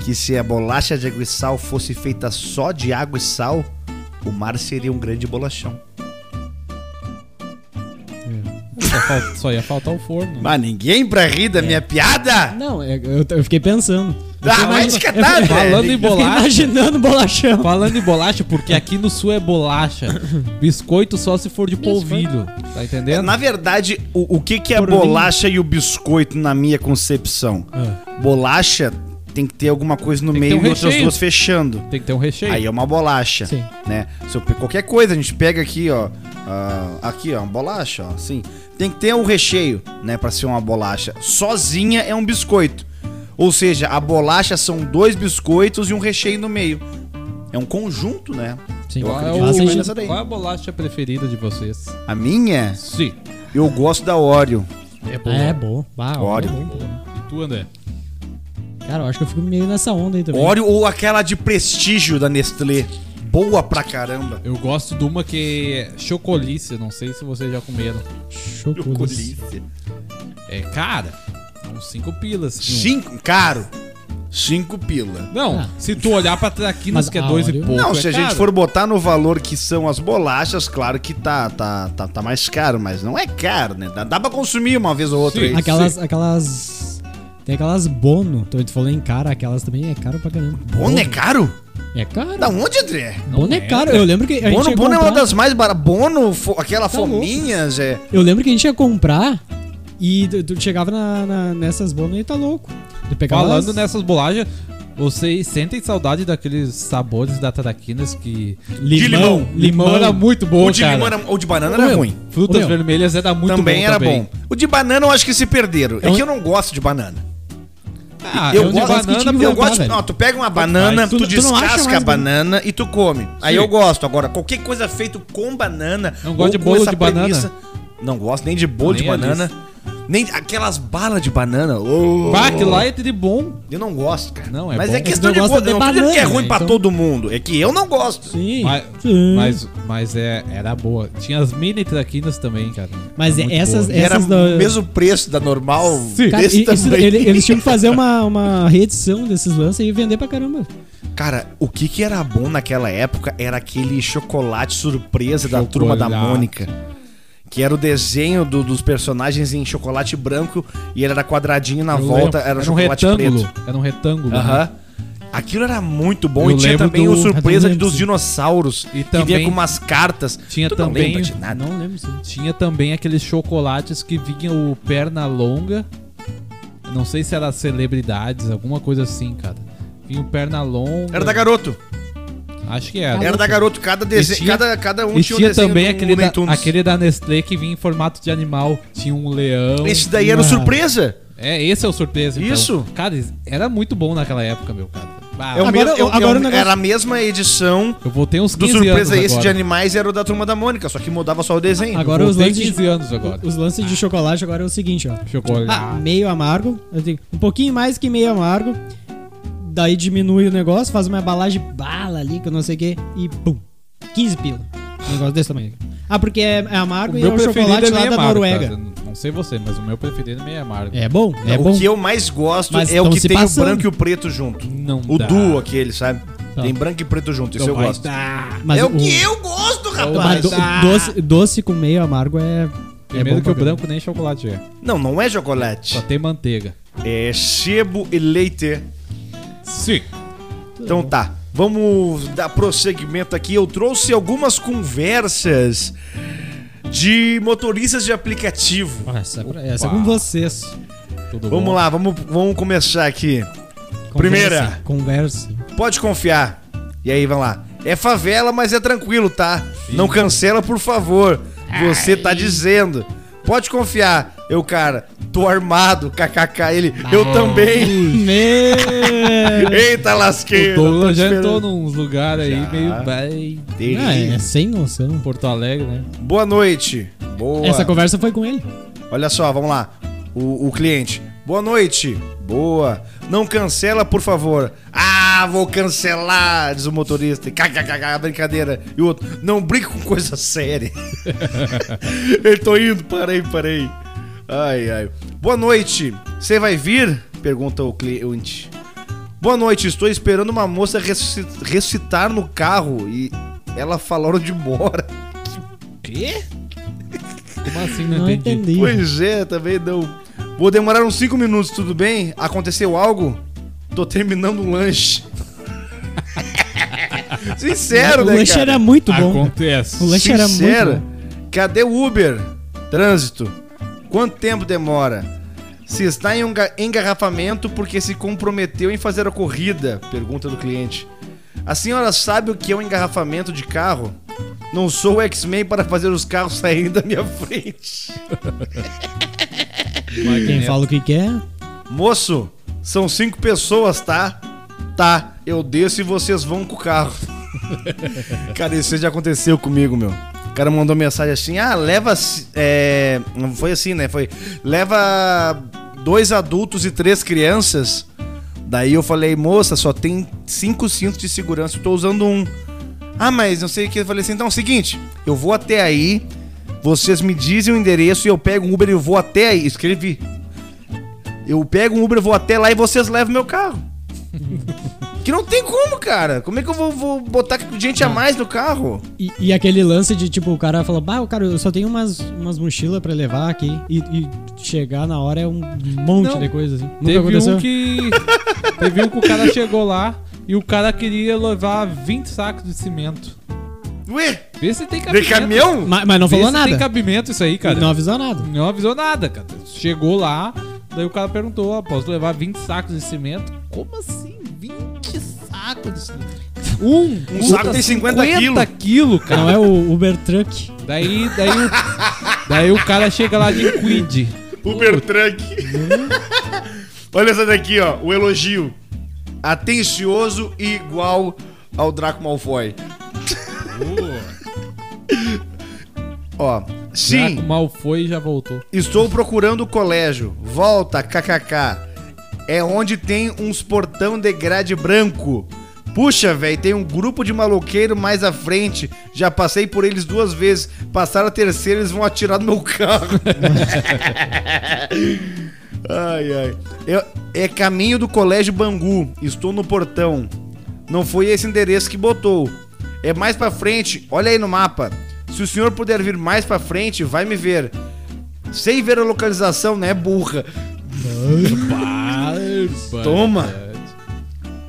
[SPEAKER 1] que se a bolacha de água e sal fosse feita só de água e sal, o mar seria um grande bolachão?
[SPEAKER 3] Só, fal- só ia faltar o forno.
[SPEAKER 1] Mas ninguém pra rir
[SPEAKER 3] É.
[SPEAKER 1] da minha piada?
[SPEAKER 2] Não, é- eu, eu fiquei pensando.
[SPEAKER 1] Ah, vai te catar,
[SPEAKER 2] eu-
[SPEAKER 3] Falando em
[SPEAKER 1] velho.
[SPEAKER 2] Eu fiquei
[SPEAKER 3] bolacha.
[SPEAKER 2] imaginando bolachão.
[SPEAKER 3] Falando em bolacha, porque aqui no sul é bolacha. Biscoito só se for de polvilho. Tá entendendo?
[SPEAKER 1] Na verdade, o, o que, que é
[SPEAKER 2] Por
[SPEAKER 1] bolacha e o biscoito na minha concepção? Bolacha tem que ter alguma coisa no
[SPEAKER 3] É. Tem que
[SPEAKER 1] meio
[SPEAKER 3] ter um
[SPEAKER 1] e outras
[SPEAKER 3] recheio.
[SPEAKER 1] duas fechando.
[SPEAKER 3] Tem que ter um recheio.
[SPEAKER 1] Aí é uma bolacha,
[SPEAKER 2] Sim.
[SPEAKER 1] né? Se eu pe- qualquer coisa, a gente pega aqui, ó, ah, aqui, ó, uma bolacha, ó, assim. Tem que ter um recheio, né, Pra ser uma bolacha. Sozinha é um biscoito. Ou seja, a bolacha são dois biscoitos e um recheio no meio. É um conjunto, né?
[SPEAKER 2] Sim,
[SPEAKER 1] eu
[SPEAKER 3] Qual é,
[SPEAKER 1] acredito que
[SPEAKER 2] faz
[SPEAKER 3] o-
[SPEAKER 1] vai
[SPEAKER 2] sentido.
[SPEAKER 1] nessa daí.
[SPEAKER 3] qual é a bolacha preferida de vocês?
[SPEAKER 1] A minha,
[SPEAKER 3] Sim.
[SPEAKER 1] eu gosto da Oreo.
[SPEAKER 3] É
[SPEAKER 2] É, bom. Bah,
[SPEAKER 1] Óleo.
[SPEAKER 2] bom, bom.
[SPEAKER 3] E tu, André?
[SPEAKER 2] Cara, eu acho que eu fico meio nessa onda aí também.
[SPEAKER 1] Oreo ou aquela de prestígio da Nestlé. Boa pra caramba.
[SPEAKER 3] Eu gosto de uma que é chocolice, não sei se vocês já comeram.
[SPEAKER 2] Chocolate.
[SPEAKER 3] É cara, é uns 5 pilas. assim, um-
[SPEAKER 1] Cinco, caro. Cinco pila.
[SPEAKER 3] Não,
[SPEAKER 2] Ah.
[SPEAKER 3] se tu olhar pra traquinas
[SPEAKER 2] Mas
[SPEAKER 3] que é
[SPEAKER 2] a
[SPEAKER 3] dois e
[SPEAKER 2] Oreo-
[SPEAKER 3] pouco.
[SPEAKER 1] Não,
[SPEAKER 3] é
[SPEAKER 1] se a gente
[SPEAKER 3] caro.
[SPEAKER 1] for botar no valor que são as bolachas, claro que tá, tá, tá, tá mais caro, mas não é caro, né? Dá, dá pra consumir uma vez ou outra
[SPEAKER 3] Sim.
[SPEAKER 1] aí.
[SPEAKER 2] Aquelas, aquelas... Tem aquelas bono. Então, tu falou em cara, aquelas também é caro pra caramba.
[SPEAKER 1] Bono é caro?
[SPEAKER 2] É caro.
[SPEAKER 1] Da onde, André?
[SPEAKER 2] Bono é
[SPEAKER 3] Não é,
[SPEAKER 2] caro.
[SPEAKER 3] cara.
[SPEAKER 2] Eu lembro que a gente
[SPEAKER 1] Bono,
[SPEAKER 2] ia
[SPEAKER 1] bono é uma
[SPEAKER 2] comprar-
[SPEAKER 1] das mais baratas. Bono, fo- aquela
[SPEAKER 2] louco.
[SPEAKER 1] fominhas, é.
[SPEAKER 2] Eu lembro que a gente ia comprar e tu, tu chegava na, na- nessas bombas e tá louco. Tu pegava
[SPEAKER 3] Falando
[SPEAKER 2] as-
[SPEAKER 3] nessas bolachas, vocês sentem saudade daqueles sabores da traquinas que.
[SPEAKER 1] de limão.
[SPEAKER 2] Limão,
[SPEAKER 3] Limão, era muito bom,
[SPEAKER 1] ou, de
[SPEAKER 3] cara.
[SPEAKER 1] limão era, ou de banana era
[SPEAKER 2] Ô, meu,
[SPEAKER 1] ruim.
[SPEAKER 3] Frutas
[SPEAKER 2] Ô, meu.
[SPEAKER 3] vermelhas era muito
[SPEAKER 1] também
[SPEAKER 3] bom
[SPEAKER 1] era
[SPEAKER 3] também.
[SPEAKER 1] bom. O de banana eu acho que se perderam. É
[SPEAKER 2] Eu-
[SPEAKER 1] que eu não gosto de banana.
[SPEAKER 3] Ah,
[SPEAKER 1] Eu
[SPEAKER 2] é um
[SPEAKER 1] gosto
[SPEAKER 2] negócio que tinha
[SPEAKER 3] banana,
[SPEAKER 2] que
[SPEAKER 1] Eu
[SPEAKER 2] inventar,
[SPEAKER 1] gosto.
[SPEAKER 2] velho.
[SPEAKER 1] Não, tu pega uma banana,
[SPEAKER 2] faz.
[SPEAKER 1] tu,
[SPEAKER 2] Tu- tu não acha mais
[SPEAKER 1] descasca a
[SPEAKER 2] bom.
[SPEAKER 1] banana e tu come. Aí
[SPEAKER 3] Sim.
[SPEAKER 1] eu gosto. Agora, qualquer coisa feita com banana.
[SPEAKER 3] Não
[SPEAKER 1] ou
[SPEAKER 3] gosta de
[SPEAKER 1] com
[SPEAKER 3] bolo
[SPEAKER 1] essa
[SPEAKER 3] de banana?
[SPEAKER 1] Não gosto nem de bolo
[SPEAKER 3] Nem
[SPEAKER 1] de banana. Nem aquelas balas de banana. Ô,
[SPEAKER 3] Bah, que lá é de bom.
[SPEAKER 1] Eu não gosto, cara.
[SPEAKER 3] Não, é
[SPEAKER 1] Mas
[SPEAKER 3] bom.
[SPEAKER 1] é questão
[SPEAKER 2] Mas
[SPEAKER 1] de
[SPEAKER 2] não
[SPEAKER 1] gosto.
[SPEAKER 2] gosta
[SPEAKER 1] Eu não
[SPEAKER 2] de
[SPEAKER 1] tô dizendo que é
[SPEAKER 2] banana,
[SPEAKER 1] ruim
[SPEAKER 2] né?
[SPEAKER 1] pra
[SPEAKER 2] Então-
[SPEAKER 1] todo mundo. É que eu não gosto.
[SPEAKER 2] Sim.
[SPEAKER 3] Mas,
[SPEAKER 2] Sim.
[SPEAKER 3] mas, mas é, era boa. Tinha as mini traquinas também, cara.
[SPEAKER 2] Mas
[SPEAKER 3] Muito
[SPEAKER 2] essas, é-
[SPEAKER 3] boa.
[SPEAKER 1] E era
[SPEAKER 2] essas
[SPEAKER 1] o
[SPEAKER 2] da...
[SPEAKER 1] mesmo preço da normal.
[SPEAKER 3] Sim.
[SPEAKER 2] Cara,
[SPEAKER 1] desse
[SPEAKER 2] e- isso-
[SPEAKER 1] tamanho.
[SPEAKER 2] ele- eles tinham que fazer uma, uma reedição desses lances e vender pra caramba.
[SPEAKER 1] Cara, o que que era bom naquela época era aquele chocolate surpresa da
[SPEAKER 3] Chocolate.
[SPEAKER 1] turma da Mônica. Que era o desenho do- dos personagens em chocolate branco e ele era quadradinho na
[SPEAKER 3] Eu
[SPEAKER 1] volta,
[SPEAKER 3] lembro. um
[SPEAKER 1] era, chocolate
[SPEAKER 3] retângulo.
[SPEAKER 1] preto.
[SPEAKER 3] Era um retângulo. né?
[SPEAKER 1] Aham. Aquilo era muito bom.
[SPEAKER 3] Eu
[SPEAKER 1] e tinha
[SPEAKER 3] lembro
[SPEAKER 1] também
[SPEAKER 3] do-
[SPEAKER 1] o surpresa
[SPEAKER 2] Eu lembro,
[SPEAKER 1] dos
[SPEAKER 2] sim.
[SPEAKER 1] dinossauros.
[SPEAKER 3] E
[SPEAKER 1] que vinha
[SPEAKER 3] também-
[SPEAKER 1] com umas cartas.
[SPEAKER 3] tinha
[SPEAKER 1] tu Ah, não
[SPEAKER 3] também-
[SPEAKER 1] lembra de nada.
[SPEAKER 2] Não lembro se...
[SPEAKER 3] Tinha também aqueles chocolates que vinham o perna longa. Eu Não sei se era celebridades, alguma coisa assim, cara. Vinha o perna longa.
[SPEAKER 1] Era da garoto.
[SPEAKER 3] Acho que era.
[SPEAKER 1] Era da garoto. Cada, desenho,
[SPEAKER 3] tinha-
[SPEAKER 1] cada, cada um tinha
[SPEAKER 3] e tinha,
[SPEAKER 1] um desenho
[SPEAKER 3] também
[SPEAKER 1] do
[SPEAKER 3] aquele
[SPEAKER 1] Looney
[SPEAKER 3] da,
[SPEAKER 1] Tunes.
[SPEAKER 3] aquele da Nestlé que vinha em formato de animal. Tinha um leão.
[SPEAKER 1] Esse daí era o
[SPEAKER 2] Ah.
[SPEAKER 1] surpresa.
[SPEAKER 3] É, esse é o surpresa. então.
[SPEAKER 1] Isso.
[SPEAKER 3] Cara, era muito bom naquela época, meu cara.
[SPEAKER 1] É
[SPEAKER 3] Bah,
[SPEAKER 1] o
[SPEAKER 2] Agora
[SPEAKER 1] mesmo-
[SPEAKER 2] eu-
[SPEAKER 1] eu- eu-
[SPEAKER 2] agora o negócio-
[SPEAKER 1] Era a mesma edição
[SPEAKER 3] Eu voltei uns 15
[SPEAKER 1] Do
[SPEAKER 3] anos
[SPEAKER 1] surpresa esse
[SPEAKER 3] agora.
[SPEAKER 1] de animais era o da turma da Mônica, só que mudava só o desenho.
[SPEAKER 2] Agora os
[SPEAKER 3] voltei
[SPEAKER 2] lances de-
[SPEAKER 3] 15 anos agora.
[SPEAKER 2] Os lances de chocolate agora é o seguinte, ó.
[SPEAKER 3] Chocolate.
[SPEAKER 2] Ah, meio amargo. eu digo, Um pouquinho mais que meio amargo. Daí diminui o negócio, faz uma embalagem bala ali, que eu não sei o que, e pum. 15 pila. Um negócio desse tamanho. Ah, porque é, é amargo e é o chocolate lá
[SPEAKER 3] meio
[SPEAKER 2] da
[SPEAKER 3] amargo,
[SPEAKER 2] Noruega.
[SPEAKER 3] cara. Não sei você, mas o meu preferido é meio amargo.
[SPEAKER 2] É bom, é
[SPEAKER 1] o
[SPEAKER 2] bom.
[SPEAKER 1] que eu mais gosto
[SPEAKER 2] Mas
[SPEAKER 1] é o
[SPEAKER 2] tão
[SPEAKER 1] que
[SPEAKER 2] se
[SPEAKER 1] tem
[SPEAKER 2] passando.
[SPEAKER 1] o branco e o preto junto.
[SPEAKER 3] Não
[SPEAKER 1] O
[SPEAKER 3] dá.
[SPEAKER 1] duo aquele, sabe?
[SPEAKER 2] Tá.
[SPEAKER 1] Tem branco e preto junto, isso eu
[SPEAKER 3] Então vai
[SPEAKER 1] gosto.
[SPEAKER 3] dar.
[SPEAKER 2] Mas
[SPEAKER 1] é o, que eu gosto,
[SPEAKER 2] mas
[SPEAKER 1] rapaz.
[SPEAKER 2] do- doce, doce com meio amargo é.
[SPEAKER 3] Primeiro
[SPEAKER 2] é bom
[SPEAKER 3] que o
[SPEAKER 2] pra caramba.
[SPEAKER 3] branco nem chocolate é.
[SPEAKER 1] Não, não é
[SPEAKER 3] Só
[SPEAKER 1] chocolate.
[SPEAKER 3] tem manteiga.
[SPEAKER 1] É sebo e leite.
[SPEAKER 3] Sim.
[SPEAKER 1] Então tá, vamos dar prosseguimento aqui. Eu trouxe algumas conversas de motoristas de aplicativo.
[SPEAKER 2] Essa, é pra- essa é
[SPEAKER 3] Opa.
[SPEAKER 2] com vocês.
[SPEAKER 3] Tudo bom?
[SPEAKER 1] Vamos lá, vamos, vamos começar aqui.
[SPEAKER 2] Conversem,
[SPEAKER 1] Primeira.
[SPEAKER 2] Converse.
[SPEAKER 1] Pode confiar. E aí, vamos lá. É favela, mas é tranquilo, tá? Não cancela, por favor. Você tá dizendo. Pode confiar. Eu, cara, tô armado, kkk. Ele, eu também.
[SPEAKER 2] Meu.
[SPEAKER 1] Eita, lasqueira.
[SPEAKER 3] O Douglas já entrou
[SPEAKER 1] esperando.
[SPEAKER 3] nos lugares aí
[SPEAKER 1] Já.
[SPEAKER 3] meio bem.
[SPEAKER 2] Ah, é
[SPEAKER 1] Terrível.
[SPEAKER 2] sem noção.
[SPEAKER 3] Porto Alegre, né?
[SPEAKER 1] Boa noite. Boa.
[SPEAKER 2] Essa conversa foi com ele.
[SPEAKER 1] Olha só, vamos lá. O, o cliente. Boa noite. Boa. Não cancela, por favor. Ah, vou cancelar, diz o motorista. KKKK, brincadeira. E o outro, não brinca com coisa séria. Eu tô indo, parei, parei. Ai, ai. Boa noite. Você vai vir? Pergunta o cliente. Boa noite, estou esperando uma moça ressusci- ressuscitar no carro e ela falou onde mora.
[SPEAKER 3] Quê? Como assim? Não,
[SPEAKER 2] Não
[SPEAKER 3] entendi.
[SPEAKER 2] entendi.
[SPEAKER 1] Pois é, também não. Vou demorar uns 5 minutos, tudo bem? Aconteceu algo? Tô terminando um lanche. Sincero,
[SPEAKER 2] o
[SPEAKER 1] né,
[SPEAKER 2] lanche
[SPEAKER 1] cara?
[SPEAKER 2] era muito bom.
[SPEAKER 3] Acontece.
[SPEAKER 2] O lanche era
[SPEAKER 1] Sincero.
[SPEAKER 2] muito bom.
[SPEAKER 1] Cadê o Uber? Trânsito. Quanto tempo demora? Se está em um ga- engarrafamento porque se comprometeu em fazer a corrida? Pergunta do cliente. A senhora sabe o que é um engarrafamento de carro? Não sou o X-Men para fazer os carros saírem da minha frente.
[SPEAKER 2] Quem fala o que quer.
[SPEAKER 1] Moço, são cinco pessoas, tá? Tá, eu desço e vocês vão com o carro. cara, isso já aconteceu comigo, meu. O cara mandou mensagem assim: ah, leva. ci- É... Não foi assim, né? Foi. Leva dois adultos e três crianças. Daí eu falei, moça, só tem cinco cintos de segurança, eu tô usando um. Ah, mas não sei o que. Eu falei assim: então, é o seguinte, eu vou até aí, vocês me dizem o endereço e eu pego um Uber e eu vou até aí. Escrevi. Eu pego um Uber, vou até lá e vocês levam meu carro. que não tem como, cara. Como é que eu vou, vou botar gente a mais no carro?
[SPEAKER 2] E, e aquele lance de tipo, o cara falou, bah, cara, eu só tenho umas, umas mochilas pra levar aqui. E, e chegar na hora é um monte
[SPEAKER 3] Não,
[SPEAKER 2] de coisa assim. Nunca
[SPEAKER 3] Teve
[SPEAKER 2] aconteceu.
[SPEAKER 3] um que. Teve um que o cara chegou lá e o cara queria levar 20 sacos de cimento.
[SPEAKER 1] Ué,
[SPEAKER 3] Vê se tem
[SPEAKER 1] de
[SPEAKER 3] cabimento.
[SPEAKER 1] caminhão?
[SPEAKER 2] Ma- Mas, não
[SPEAKER 3] Vê
[SPEAKER 2] falou
[SPEAKER 3] se Tem
[SPEAKER 2] nada.
[SPEAKER 3] cabimento isso aí, cara.
[SPEAKER 2] Não avisou nada.
[SPEAKER 3] Não avisou nada, cara. Chegou lá, daí o cara perguntou: ó, posso levar 20 sacos de cimento? Como assim? 20 sacos de cimento? Um,
[SPEAKER 1] Um
[SPEAKER 3] puta,
[SPEAKER 1] saco tem 50
[SPEAKER 3] 50 quilos, cara.
[SPEAKER 2] Não é o Uber Truck.
[SPEAKER 3] Daí, daí, o, daí o cara chega lá de quid.
[SPEAKER 1] Uber Truck. Olha essa daqui, ó. O elogio. Atencioso e igual ao Draco Malfoy. Ó. Sim,
[SPEAKER 3] Já mal foi e já voltou.
[SPEAKER 1] Estou procurando o colégio. Volta, kkk. É onde tem uns portão de grade branco. Puxa, velho, tem um grupo de maloqueiro mais à frente. Já passei por eles duas vezes. Passaram a terceira, eles vão atirar no meu carro. ai, ai. Eu- é caminho do colégio Bangu. Estou no portão. Não foi esse endereço que botou. É mais pra frente. Olha aí no mapa. Se o senhor puder vir mais pra frente, vai me ver. Sem ver a localização, né, burra? Toma.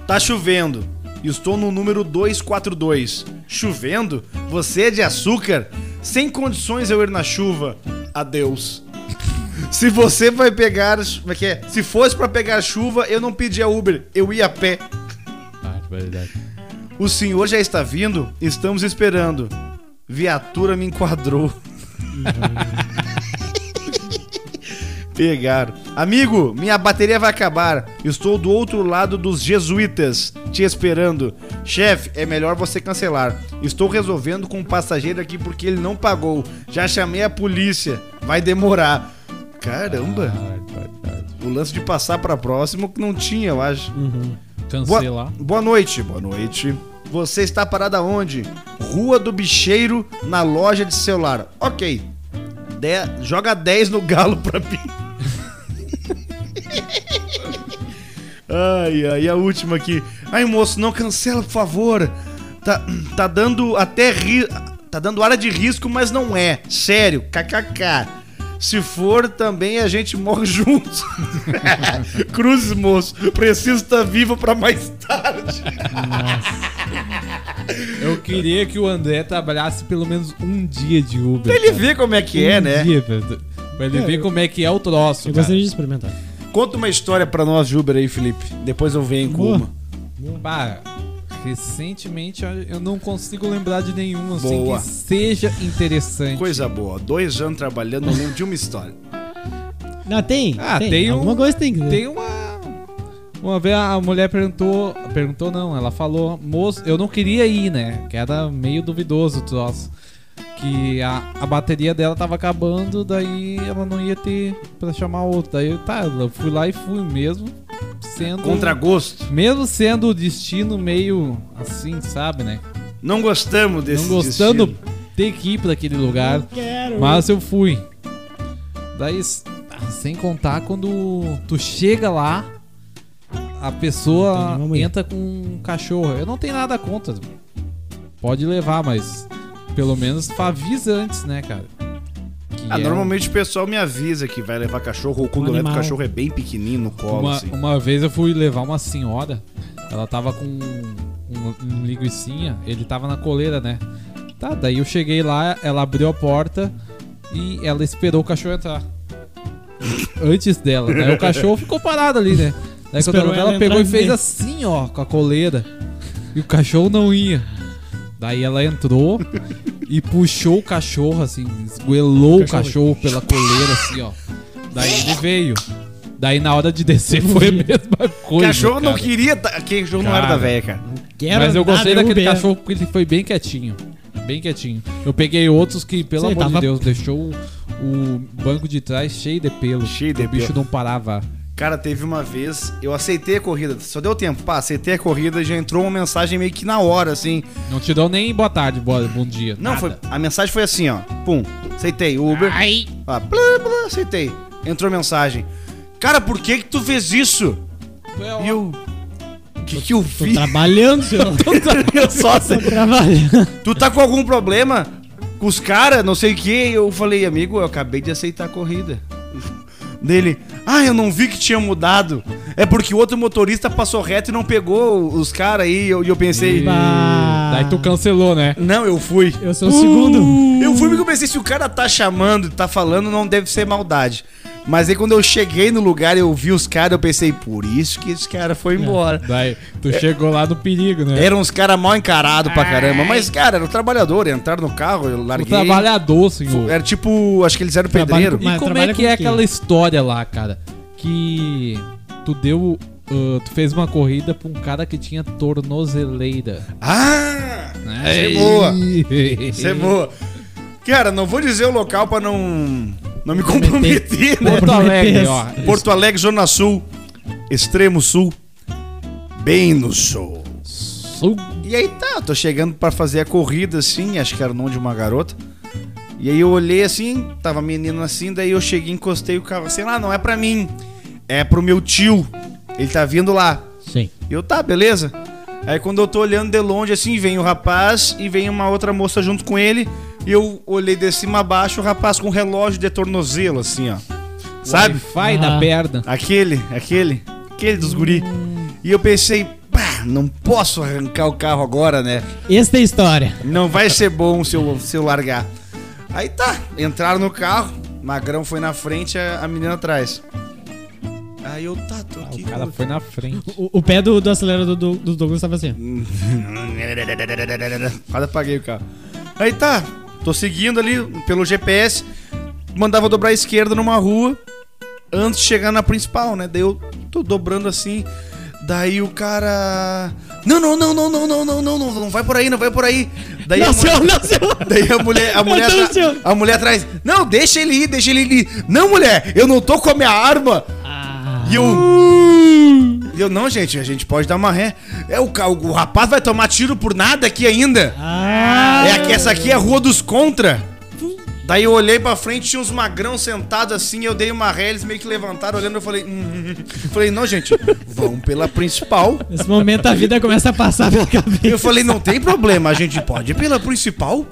[SPEAKER 1] Tá chovendo. Estou no número 242. Chovendo? Você é de açúcar? Sem condições eu ir na chuva. Adeus. Se você vai pegar. Como é que é? Se fosse pra pegar chuva, eu não pedia Uber, eu ia a pé. O senhor já está vindo? Estamos esperando. Viatura me enquadrou. Pegaram. Amigo, minha bateria vai acabar. Estou do outro lado dos jesuítas, te esperando. Chefe, é melhor você cancelar. Estou resolvendo com um passageiro aqui porque ele não pagou. Já chamei a polícia. Vai demorar. Caramba, o lance de passar para próximo que não tinha, eu acho.
[SPEAKER 3] Cancelar.
[SPEAKER 1] Boa noite, boa noite. Você está parada onde? Rua do Bicheiro, na loja de celular. Ok. De- Joga 10 no galo pra mim. ai, ai, a última aqui. Ai, moço, não cancela, por favor. Tá, tá dando até ri... Tá dando área de risco, mas não é. Sério, kkk. Se for, também a gente morre junto. Cruzes, moço. Preciso estar vivo pra mais tarde.
[SPEAKER 3] Eu queria que o André trabalhasse pelo menos um dia de Uber.
[SPEAKER 1] Pra ele ver como é que é,
[SPEAKER 3] um
[SPEAKER 1] né?
[SPEAKER 3] Dia, pra pra ele ver como é que é o troço.
[SPEAKER 2] Eu
[SPEAKER 3] cara.
[SPEAKER 2] gostaria de experimentar.
[SPEAKER 1] Conta uma história pra nós de Uber aí, Felipe. Depois eu venho com
[SPEAKER 2] Boa.
[SPEAKER 1] uma.
[SPEAKER 3] Bah, Recentemente eu não consigo lembrar de nenhum assim
[SPEAKER 1] Boa.
[SPEAKER 3] que seja interessante.
[SPEAKER 1] Coisa boa. Dois anos trabalhando, não lembro de uma história.
[SPEAKER 2] Não, tem.
[SPEAKER 3] Ah, tem um-
[SPEAKER 2] Alguma coisa tem que
[SPEAKER 3] Tem uma. Uma vez a mulher perguntou. Perguntou não, ela falou, moço, eu não queria ir, né? Que era meio duvidoso o troço. Que a, a bateria dela tava acabando, daí ela não ia ter pra chamar outro. Daí, eu, tá, eu fui lá e fui mesmo. Sendo.
[SPEAKER 1] Contra gosto.
[SPEAKER 3] Mesmo sendo o destino meio assim, sabe, né?
[SPEAKER 1] Não gostamos desse
[SPEAKER 3] não gostando
[SPEAKER 1] destino.
[SPEAKER 3] ter que ir pra aquele lugar.
[SPEAKER 2] Quero.
[SPEAKER 3] Mas eu fui. Daí, s- ah, sem contar quando tu chega lá, a
[SPEAKER 2] Tem
[SPEAKER 3] pessoa
[SPEAKER 2] nenhuma mulher.
[SPEAKER 3] entra com um cachorro. Eu não tenho nada contra. Pode levar, mas pelo menos tu avisa antes, né, cara? Que
[SPEAKER 1] Ah,
[SPEAKER 3] é
[SPEAKER 1] normalmente o pessoal me avisa que vai levar cachorro ou quando
[SPEAKER 2] Um
[SPEAKER 1] leva o
[SPEAKER 2] animal.
[SPEAKER 1] cachorro é bem pequenininho no colo,
[SPEAKER 3] uma,
[SPEAKER 1] assim.
[SPEAKER 3] uma vez eu fui levar uma senhora, ela tava com um, um linguicinha, ele tava na coleira, né? Tá, daí eu cheguei lá, ela abriu a porta e ela esperou o cachorro entrar. Antes dela, né? O cachorro ficou parado ali, né? Daí quando
[SPEAKER 2] Esperou
[SPEAKER 3] ela, ela
[SPEAKER 2] ela
[SPEAKER 3] pegou e
[SPEAKER 2] entrar e
[SPEAKER 3] fez
[SPEAKER 2] ver.
[SPEAKER 3] assim, ó, com a coleira. E o cachorro não ia. Daí ela entrou e puxou o cachorro, assim, esguelou o cachorro, pela coleira, assim, ó. Daí ele veio. Daí na hora de descer foi a mesma coisa.
[SPEAKER 1] cachorro não
[SPEAKER 3] cara.
[SPEAKER 1] queria. ta- Cachorro não era
[SPEAKER 3] Cara.
[SPEAKER 1] da velha, cara.
[SPEAKER 2] Quero
[SPEAKER 3] Mas eu
[SPEAKER 2] andar
[SPEAKER 3] gostei
[SPEAKER 2] no
[SPEAKER 3] daquele
[SPEAKER 2] Uber.
[SPEAKER 3] cachorro porque ele foi bem quietinho. Bem quietinho. Eu peguei outros que, pelo
[SPEAKER 2] Sim,
[SPEAKER 3] amor de
[SPEAKER 2] tava-
[SPEAKER 3] Deus, deixou o banco de trás cheio de pelo.
[SPEAKER 1] Cheio de
[SPEAKER 3] o bicho
[SPEAKER 1] pelo.
[SPEAKER 3] não parava.
[SPEAKER 1] Cara, teve uma vez, eu aceitei a corrida, só deu tempo, pá, aceitei a corrida e já entrou uma mensagem meio que na hora, assim.
[SPEAKER 3] Não te deu nem boa tarde, boa, bom dia.
[SPEAKER 1] Não,
[SPEAKER 3] nada.
[SPEAKER 1] foi, a mensagem foi assim, ó. Pum, aceitei, Uber.
[SPEAKER 3] Ai.
[SPEAKER 1] Ah, blá, blá, aceitei. Entrou mensagem. Cara, por que que tu fez isso? E eu... O que que eu
[SPEAKER 2] Tô
[SPEAKER 3] tá-
[SPEAKER 1] fiz?
[SPEAKER 2] trabalhando, senhor.
[SPEAKER 1] Eu só sei.
[SPEAKER 2] Tô trabalhando.
[SPEAKER 1] Tu tá com algum problema com os caras, não sei o que. Eu falei, amigo, eu acabei de aceitar a corrida. Dele, ah, eu não vi que tinha mudado. É porque o outro motorista passou reto e não pegou os caras aí. E eu, e eu pensei,
[SPEAKER 3] E- Daí tu cancelou, né?
[SPEAKER 1] não, eu fui. Uh!
[SPEAKER 2] Eu sou o segundo.
[SPEAKER 1] Eu fui porque eu pensei, se o cara tá chamando, tá falando, não deve ser maldade. Mas aí quando eu cheguei no lugar, eu vi os caras, eu pensei, por isso que esse cara
[SPEAKER 2] É.
[SPEAKER 1] foi embora.
[SPEAKER 3] Daí tu
[SPEAKER 1] É.
[SPEAKER 3] chegou lá no perigo, né?
[SPEAKER 1] Eram uns caras mal encarados pra caramba. Mas, cara, era o trabalhador, entraram no carro, eu
[SPEAKER 3] O
[SPEAKER 1] larguei.
[SPEAKER 3] trabalhador, senhor.
[SPEAKER 1] Era tipo, acho que eles eram
[SPEAKER 2] Trabalho
[SPEAKER 1] pedreiro.
[SPEAKER 2] com-
[SPEAKER 3] E
[SPEAKER 2] Mas
[SPEAKER 3] como é
[SPEAKER 2] trabalha
[SPEAKER 3] que
[SPEAKER 2] com
[SPEAKER 3] é
[SPEAKER 2] quê?
[SPEAKER 3] aquela história lá, cara? Que tu deu. ah, tu fez uma corrida pra um cara que tinha tornozeleira.
[SPEAKER 1] Ah!
[SPEAKER 3] Né?
[SPEAKER 1] é boa. Isso
[SPEAKER 3] Isso
[SPEAKER 1] é boa. Cara, não vou dizer o local pra não, não me comprometer, né?
[SPEAKER 3] Porto Alegre, ó.
[SPEAKER 1] Porto Alegre, Zona Sul, Extremo Sul, bem no sul.
[SPEAKER 3] Sul.
[SPEAKER 1] E aí tá, eu tô chegando pra fazer a corrida assim, acho que era o nome de uma garota. E aí eu olhei assim, tava menino assim, daí eu cheguei, encostei o carro assim, ah, não é pra mim, é pro meu tio. Ele tá vindo lá.
[SPEAKER 2] Sim.
[SPEAKER 1] E eu, tá, beleza. Aí quando eu tô olhando de longe assim, vem o rapaz e vem uma outra moça junto com ele. E eu olhei de cima a baixo, o rapaz com um relógio de tornozelo, assim, ó. Sabe?
[SPEAKER 3] Wi-Fi na
[SPEAKER 2] Ah.
[SPEAKER 3] perna.
[SPEAKER 1] Aquele, aquele, aquele dos guri. E eu pensei, pá, não posso arrancar o carro agora, né?
[SPEAKER 2] Esta é a história.
[SPEAKER 1] Não vai ser bom se eu, se eu largar. Aí tá, entraram no carro, Magrão foi na frente, a, a menina atrás. Aí eu, tá, tô aqui.
[SPEAKER 3] Ah, O cara foi na frente.
[SPEAKER 2] O, o pé do, do acelerador do, do Douglas tava assim. ó.
[SPEAKER 1] Quase apaguei o carro. Aí tá, tô seguindo ali pelo GPS, mandava dobrar à esquerda numa rua antes de chegar na principal, né? Daí eu tô dobrando assim, daí o cara. Não, não, não, não, não, não, não, não, não, não vai por aí, não vai por aí. Daí a
[SPEAKER 2] Não,
[SPEAKER 1] mulher-
[SPEAKER 2] senhor, não, senhor.
[SPEAKER 1] Daí a mulher, a mulher, tá-
[SPEAKER 2] Então,
[SPEAKER 1] atra-
[SPEAKER 2] senhor.
[SPEAKER 1] a mulher atrás, não, deixa ele ir, deixa ele ir. Não, mulher, eu não tô com a minha arma.
[SPEAKER 2] Ah.
[SPEAKER 1] E eu, e eu, não, gente, a gente pode dar uma ré. É o, ca- o rapaz vai tomar tiro por nada aqui ainda.
[SPEAKER 2] Ah.
[SPEAKER 1] É aqui, essa aqui é a rua dos contra. Daí eu olhei pra frente, tinha uns magrão sentados assim, eu dei uma ré, eles meio que levantaram olhando, eu falei, hum, hum, hum. falei, não, gente, vamos pela principal.
[SPEAKER 2] Nesse momento a vida começa a passar pela cabeça.
[SPEAKER 1] Eu falei, não tem problema, a gente pode ir pela principal.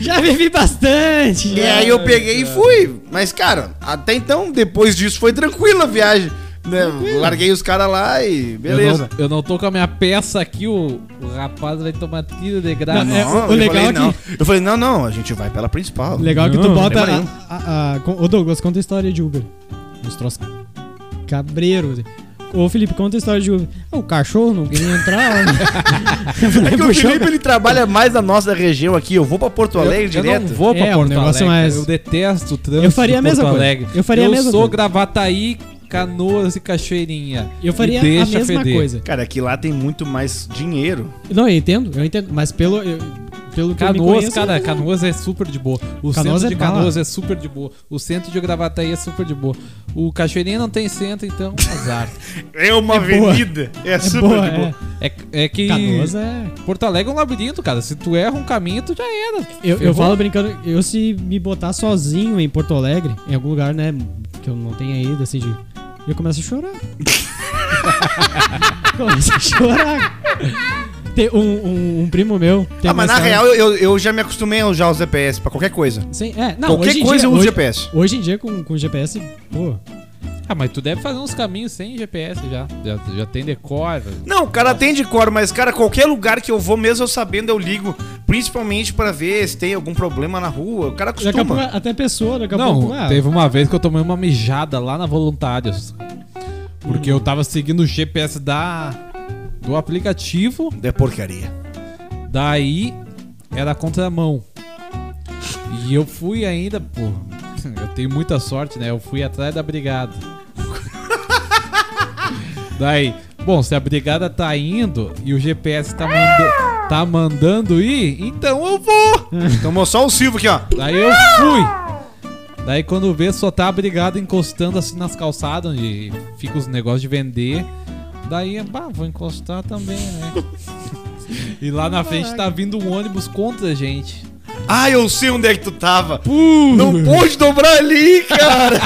[SPEAKER 2] Já vivi bastante.
[SPEAKER 1] E
[SPEAKER 2] né?
[SPEAKER 1] aí eu peguei e fui. Mas, cara, até então, depois disso, foi tranquila a viagem. né? Larguei os caras lá e beleza.
[SPEAKER 3] Eu não, eu não tô com a minha peça aqui, o, o rapaz vai tomar tiro de graça.
[SPEAKER 2] Não, é- o- o
[SPEAKER 1] eu
[SPEAKER 2] legal
[SPEAKER 1] falei,
[SPEAKER 2] é que-
[SPEAKER 1] não. Eu falei, não, não, a gente vai pela principal.
[SPEAKER 2] Legal que
[SPEAKER 3] Não,
[SPEAKER 2] tu bota.
[SPEAKER 1] lembra
[SPEAKER 2] a- a- a- com- Ô Douglas, conta a história de Uber. Os troços cabreiros. assim. Ô, Felipe, conta a história de uva. Ah, O cachorro não queria entrar. né? Eu falei,
[SPEAKER 1] É que o
[SPEAKER 2] puxou-
[SPEAKER 1] Felipe ele trabalha mais na nossa região aqui. Eu vou pra Porto Alegre
[SPEAKER 3] eu,
[SPEAKER 1] direto.
[SPEAKER 3] Eu não vou pra
[SPEAKER 2] É, o
[SPEAKER 3] Porto
[SPEAKER 2] negócio
[SPEAKER 3] Alegre.
[SPEAKER 2] é mais-
[SPEAKER 3] Eu detesto o trânsito
[SPEAKER 2] Eu faria a
[SPEAKER 3] de
[SPEAKER 2] mesma
[SPEAKER 3] Porto
[SPEAKER 2] coisa.
[SPEAKER 3] Alegre.
[SPEAKER 2] Eu faria a mesma
[SPEAKER 3] sou
[SPEAKER 2] coisa.
[SPEAKER 3] Gravataí, Canoas e Cachoeirinha.
[SPEAKER 2] Eu faria
[SPEAKER 3] E
[SPEAKER 2] a
[SPEAKER 3] deixa
[SPEAKER 2] mesma
[SPEAKER 3] feder.
[SPEAKER 2] coisa.
[SPEAKER 1] Cara, aqui lá tem muito mais dinheiro.
[SPEAKER 2] Não, eu entendo, eu entendo. Mas pelo, eu- pelo que eu me
[SPEAKER 3] Canoas,
[SPEAKER 2] conheço,
[SPEAKER 3] cara, Canoas é super de boa. O
[SPEAKER 2] Canoas
[SPEAKER 3] centro
[SPEAKER 2] é
[SPEAKER 3] de
[SPEAKER 2] bala.
[SPEAKER 3] Canoas é super de boa. O centro de Gravataí é super de boa. O Cachoeirinha não tem centro, então azar.
[SPEAKER 1] É uma
[SPEAKER 2] É boa.
[SPEAKER 1] avenida. É,
[SPEAKER 2] é
[SPEAKER 1] super
[SPEAKER 2] boa,
[SPEAKER 1] de boa.
[SPEAKER 3] É, é que
[SPEAKER 2] é. Canoas é...
[SPEAKER 3] Porto Alegre é um labirinto, cara. Se tu erra um caminho, tu já era.
[SPEAKER 2] Eu, eu
[SPEAKER 3] Ferrou.
[SPEAKER 2] falo brincando, eu se me botar sozinho em Porto Alegre, em algum lugar, né, que eu não tenha ido, assim, de... Eu começo a chorar. começo a chorar. Tem um, um- um primo meu... tem
[SPEAKER 1] Ah,
[SPEAKER 2] uma
[SPEAKER 1] mas na
[SPEAKER 2] história-
[SPEAKER 1] real, eu, eu já me acostumei a usar os GPS pra qualquer coisa.
[SPEAKER 2] Sim, é, não,
[SPEAKER 1] qualquer
[SPEAKER 2] hoje em
[SPEAKER 1] coisa
[SPEAKER 2] dia,
[SPEAKER 1] eu uso
[SPEAKER 2] hoje,
[SPEAKER 1] GPS.
[SPEAKER 2] Hoje em dia, com, com GPS, pô...
[SPEAKER 3] Ah, mas tu deve fazer uns caminhos sem GPS já. Já, já tem decor.
[SPEAKER 1] Não, o cara tem de cor, mas, cara, qualquer lugar que eu vou, mesmo eu sabendo, eu ligo. Principalmente pra ver se tem algum problema na rua. O cara
[SPEAKER 2] Daqui a pouco, é
[SPEAKER 1] acostuma.
[SPEAKER 2] até pessoa, daqui a pouco...
[SPEAKER 3] Não,
[SPEAKER 2] ah,
[SPEAKER 3] teve uma vez que eu tomei uma mijada lá na Voluntários. Porque eu tava seguindo o GPS da, do aplicativo,
[SPEAKER 1] É porcaria.
[SPEAKER 3] daí é era contramão. E eu fui ainda, pô. Eu tenho muita sorte, né? Eu fui atrás da brigada. daí, bom, se a brigada tá indo e o GPS tá, manda- tá mandando ir, então eu vou!
[SPEAKER 1] Tomou só o Silvio aqui, ó.
[SPEAKER 3] Daí eu fui. Daí quando vê, só tá a brigada encostando assim nas calçadas, onde fica os negócios de vender. Daí, bah, vou encostar também, né? e lá na frente tá vindo um ônibus contra a gente.
[SPEAKER 1] Ah, eu sei onde é que tu tava. Não pôde dobrar ali, cara.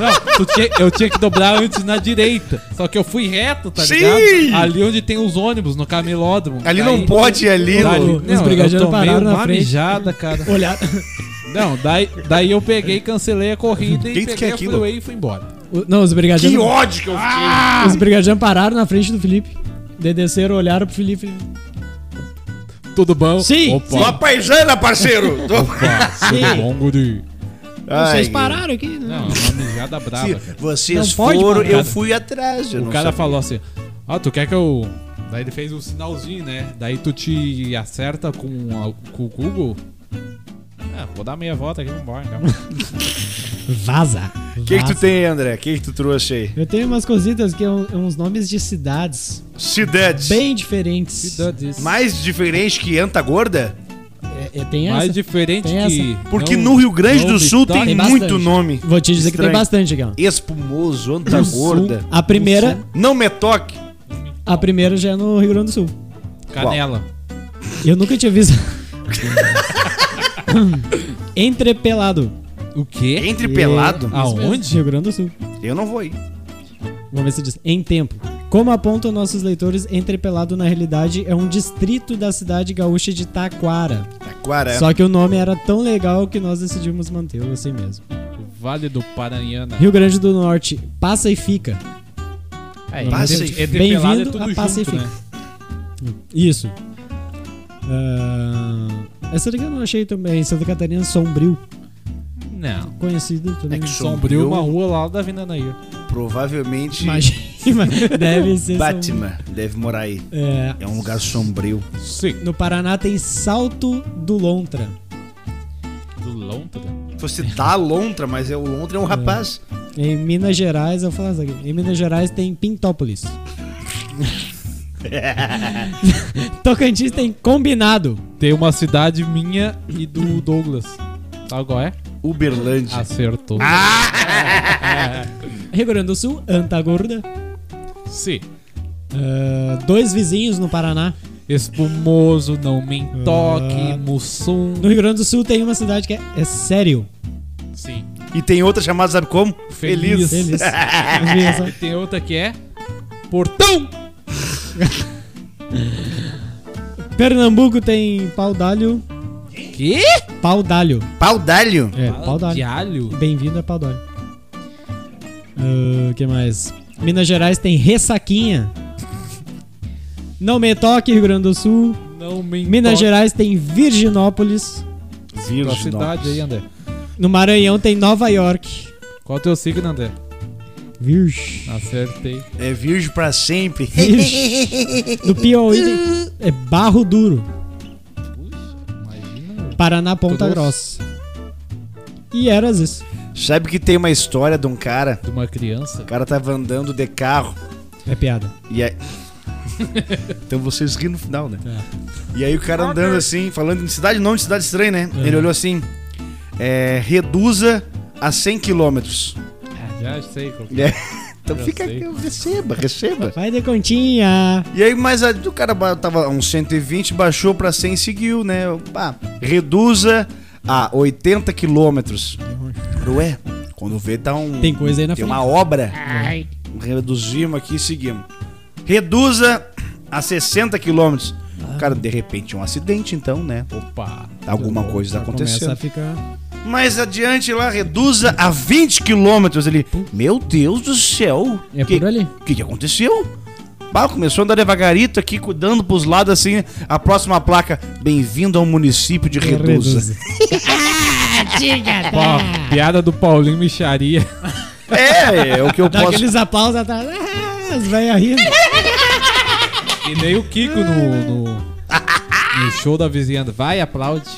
[SPEAKER 3] Não, tu tinha- eu tinha que dobrar antes na direita. Só que eu fui reto, tá
[SPEAKER 1] Sim!
[SPEAKER 3] ligado? Ali onde tem os ônibus, no camelódromo.
[SPEAKER 1] ali
[SPEAKER 3] Daí-
[SPEAKER 1] não pode ir ali.
[SPEAKER 3] Dali,
[SPEAKER 1] Não.
[SPEAKER 2] Os
[SPEAKER 3] não, eu
[SPEAKER 2] brigadeiros
[SPEAKER 3] tomei
[SPEAKER 2] pararam na
[SPEAKER 3] uma
[SPEAKER 2] frente.
[SPEAKER 3] mijada, cara.
[SPEAKER 2] Olhar...
[SPEAKER 3] Não, daí, daí eu peguei, cancelei a corrida
[SPEAKER 1] Que
[SPEAKER 3] e
[SPEAKER 1] que é
[SPEAKER 3] peguei a
[SPEAKER 1] aquilo?
[SPEAKER 3] freeway e fui embora.
[SPEAKER 2] o- Não, os
[SPEAKER 1] Que
[SPEAKER 2] brigadeiros...
[SPEAKER 1] ódio que eu fiquei.
[SPEAKER 2] Os brigadeiros pararam na frente do Felipe. Daí desceram, olharam pro Felipe.
[SPEAKER 3] Tudo bom?
[SPEAKER 2] Sim,
[SPEAKER 3] Opa.
[SPEAKER 2] sim.
[SPEAKER 1] Uma paisana, parceiro.
[SPEAKER 3] Opa, tudo
[SPEAKER 2] Sim.
[SPEAKER 3] bom, guri?
[SPEAKER 2] Vocês
[SPEAKER 1] Ai,
[SPEAKER 2] pararam aqui, né?
[SPEAKER 3] Não, uma mijada brava.
[SPEAKER 1] Se
[SPEAKER 3] cara.
[SPEAKER 1] vocês
[SPEAKER 2] Não pode,
[SPEAKER 1] foram,
[SPEAKER 2] mano.
[SPEAKER 1] eu fui atrás. eu
[SPEAKER 3] O
[SPEAKER 1] não
[SPEAKER 3] cara
[SPEAKER 1] sabia.
[SPEAKER 3] falou assim, ah, tu quer que eu... Daí ele fez um sinalzinho, né? Daí tu te acerta com, a- com o Google. Ah, vou dar meia volta aqui, vambora. Então.
[SPEAKER 2] Vaza.
[SPEAKER 1] O que, que tu tem, André? O que, que tu trouxe aí?
[SPEAKER 2] Eu tenho umas cositas que é um- é uns nomes de cidades
[SPEAKER 1] Cidades.
[SPEAKER 2] bem diferentes.
[SPEAKER 1] Mais diferente que Anta Gorda?
[SPEAKER 2] É, é, tem essa.
[SPEAKER 3] Mais diferente
[SPEAKER 2] Tem
[SPEAKER 3] que...
[SPEAKER 1] Porque
[SPEAKER 3] não-
[SPEAKER 1] no Rio Grande
[SPEAKER 3] não
[SPEAKER 1] do
[SPEAKER 3] me
[SPEAKER 1] Sul
[SPEAKER 3] toque.
[SPEAKER 1] tem,
[SPEAKER 2] Tem bastante.
[SPEAKER 1] muito nome.
[SPEAKER 2] Vou te dizer que tem
[SPEAKER 1] estranho.
[SPEAKER 2] bastante aqui, ó.
[SPEAKER 1] Espumoso, Anta Gorda.
[SPEAKER 2] A primeira,
[SPEAKER 1] Não me toque.
[SPEAKER 2] a primeira já é no Rio Grande do Sul.
[SPEAKER 3] Canela.
[SPEAKER 2] Eu nunca tinha visto. Entrepelado.
[SPEAKER 3] O quê?
[SPEAKER 1] Entre pelado.
[SPEAKER 2] É, isso mesmo,
[SPEAKER 3] Aonde?
[SPEAKER 2] Rio Grande do Sul.
[SPEAKER 1] Eu não vou ir.
[SPEAKER 2] Vamos ver se diz. Em tempo. Como apontam nossos leitores, Entrepelado na realidade é um distrito da cidade gaúcha de Taquara.
[SPEAKER 1] Taquara.
[SPEAKER 2] Só que o nome era tão legal que nós decidimos mantê-lo assim mesmo.
[SPEAKER 3] Vale do Paranhana.
[SPEAKER 2] Rio Grande do Norte, passa e fica.
[SPEAKER 3] É,
[SPEAKER 1] Passa e-
[SPEAKER 3] entre- entre
[SPEAKER 2] Bem-vindo
[SPEAKER 3] pelado é
[SPEAKER 2] a
[SPEAKER 3] tudo
[SPEAKER 2] Passa e
[SPEAKER 3] junto, né?
[SPEAKER 2] Isso. Ah, essa daqui eu não achei também. Santa Catarina, é Sombrio.
[SPEAKER 3] Não.
[SPEAKER 2] Conhecido também.
[SPEAKER 1] É que
[SPEAKER 3] Sombrio
[SPEAKER 1] Sombrio,
[SPEAKER 3] uma rua lá da Vinanair.
[SPEAKER 1] provavelmente,
[SPEAKER 2] Imagina. Deve ser. Sombrio.
[SPEAKER 1] Batman deve morar aí.
[SPEAKER 2] É,
[SPEAKER 1] É um lugar sombrio.
[SPEAKER 3] Sim.
[SPEAKER 2] no Paraná tem Salto do Lontra.
[SPEAKER 3] Do Lontra.
[SPEAKER 1] Você dá lontra, mas é o lontra é um rapaz.
[SPEAKER 2] Em Minas Gerais, eu vou falar isso aqui. Em Minas Gerais tem Pintópolis. Tocantins tem Combinado.
[SPEAKER 3] Tem uma cidade minha e do Douglas. Sabe qual é?
[SPEAKER 1] Uberlândia.
[SPEAKER 3] Acertou.
[SPEAKER 2] Rio Grande do Sul, Antagorda.
[SPEAKER 3] Sim.
[SPEAKER 2] Ah, dois vizinhos no Paraná.
[SPEAKER 3] Espumoso, não me toque,
[SPEAKER 2] Ah.
[SPEAKER 3] Mussum.
[SPEAKER 2] No Rio Grande do Sul tem uma cidade que é, é sério.
[SPEAKER 3] Sim.
[SPEAKER 1] E tem outra chamada, sabe como?
[SPEAKER 3] Feliz.
[SPEAKER 2] Feliz. Eu vi
[SPEAKER 3] E
[SPEAKER 2] essa.
[SPEAKER 3] tem outra que é Portão.
[SPEAKER 2] Pernambuco tem Paudalho.
[SPEAKER 3] Que?
[SPEAKER 2] Paudalho.
[SPEAKER 1] Paudalho.
[SPEAKER 2] É,
[SPEAKER 3] De
[SPEAKER 2] Paudalho.
[SPEAKER 3] alho.
[SPEAKER 2] Bem-vindo a Paudalho. O que mais? Minas Gerais tem Ressaquinha. Não me toque, Rio Grande do Sul.
[SPEAKER 3] Não me
[SPEAKER 2] Minas
[SPEAKER 3] toque.
[SPEAKER 2] Gerais tem Virginópolis.
[SPEAKER 1] Virgem.
[SPEAKER 3] Tua cidade aí, André.
[SPEAKER 2] No Maranhão tem Nova York. Ah,
[SPEAKER 3] Qual é o teu signo, André?
[SPEAKER 2] Virgem.
[SPEAKER 4] Acertei.
[SPEAKER 1] É virgem pra sempre.
[SPEAKER 2] Virgem. Do Piauí tem- é Barro Duro,
[SPEAKER 4] Puxa, imagina.
[SPEAKER 2] Paraná Ponta
[SPEAKER 4] Todos.
[SPEAKER 2] Grossa. E era isso.
[SPEAKER 1] Sabe que tem uma história de um cara.
[SPEAKER 4] De uma criança.
[SPEAKER 1] O cara tava andando de carro.
[SPEAKER 2] É piada.
[SPEAKER 1] E aí. então vocês riram no final, né? E aí o cara andando assim, falando em cidade, não de cidade estranha, né? Ele olhou assim: é, reduza a 100 quilômetros.
[SPEAKER 4] Ah, já sei qual que
[SPEAKER 1] E
[SPEAKER 4] é.
[SPEAKER 1] aí- Então
[SPEAKER 4] Já
[SPEAKER 1] fica
[SPEAKER 4] sei.
[SPEAKER 1] aqui, receba, receba.
[SPEAKER 2] Vai de continha.
[SPEAKER 1] E aí, mas a, o cara ba- tava um a uns 120, baixou pra 100 e seguiu, né? Pá, reduza a 80 quilômetros. Ué, quando vê, tá um.
[SPEAKER 2] Tem coisa aí na
[SPEAKER 1] Tem
[SPEAKER 2] frente.
[SPEAKER 1] uma obra. Reduzimos aqui e seguimos. Reduza a 60 quilômetros.
[SPEAKER 2] Ah.
[SPEAKER 1] Cara, de repente um acidente, então, né?
[SPEAKER 4] Opa.
[SPEAKER 1] Alguma coisa
[SPEAKER 2] Então, Já Começa a
[SPEAKER 1] aconteceu.
[SPEAKER 2] ficar.
[SPEAKER 1] Mais adiante lá, reduza a 20 quilômetros. Ele, meu Deus do céu.
[SPEAKER 2] É
[SPEAKER 1] que,
[SPEAKER 2] por ali.
[SPEAKER 1] O que, que aconteceu? Bah, começou a andar devagarito aqui, cuidando pros lados assim. A próxima placa, bem-vindo ao município de Reduza.
[SPEAKER 4] Pá, piada do Paulinho Micharia.
[SPEAKER 1] É, é o que eu
[SPEAKER 2] Dá
[SPEAKER 1] posso.
[SPEAKER 2] aqueles aplausos atrás. Ah, as velhas rindo.
[SPEAKER 4] E nem o Kiko no, no, no show da vizinhança. Vai, aplaude.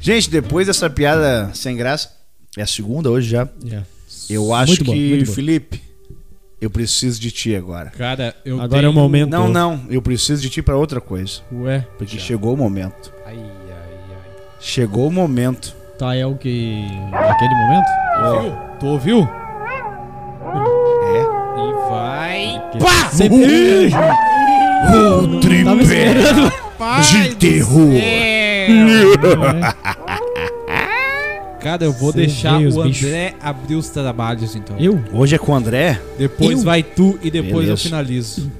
[SPEAKER 1] Gente, depois dessa piada sem graça, é a segunda hoje já. Eu acho
[SPEAKER 2] É. Muito bom,
[SPEAKER 1] que,
[SPEAKER 2] muito bom.
[SPEAKER 1] Felipe, eu preciso de ti agora.
[SPEAKER 4] Cara, eu
[SPEAKER 2] Agora é
[SPEAKER 4] tenho-
[SPEAKER 2] o momento.
[SPEAKER 1] Não, não, eu preciso de ti pra outra coisa.
[SPEAKER 4] Ué.
[SPEAKER 1] Porque
[SPEAKER 4] Já.
[SPEAKER 1] chegou o momento.
[SPEAKER 4] Ai, ai, ai.
[SPEAKER 1] Chegou o momento.
[SPEAKER 2] Tá, é o que. Naquele momento?
[SPEAKER 4] Viu? Tu ouviu?
[SPEAKER 1] É.
[SPEAKER 4] E vai.
[SPEAKER 1] Pá!
[SPEAKER 2] Sempre.
[SPEAKER 1] O
[SPEAKER 2] Tava
[SPEAKER 1] tripé
[SPEAKER 2] esperando.
[SPEAKER 1] de terror.
[SPEAKER 4] Cara, eu vou
[SPEAKER 2] Cê
[SPEAKER 4] deixar
[SPEAKER 2] veio os
[SPEAKER 4] o
[SPEAKER 2] bichos.
[SPEAKER 4] André abrir os trabalhos então.
[SPEAKER 2] Eu?
[SPEAKER 1] Hoje é com o André?
[SPEAKER 4] Depois
[SPEAKER 2] Eu?
[SPEAKER 4] vai tu e depois eu
[SPEAKER 1] Beleza.
[SPEAKER 4] finalizo.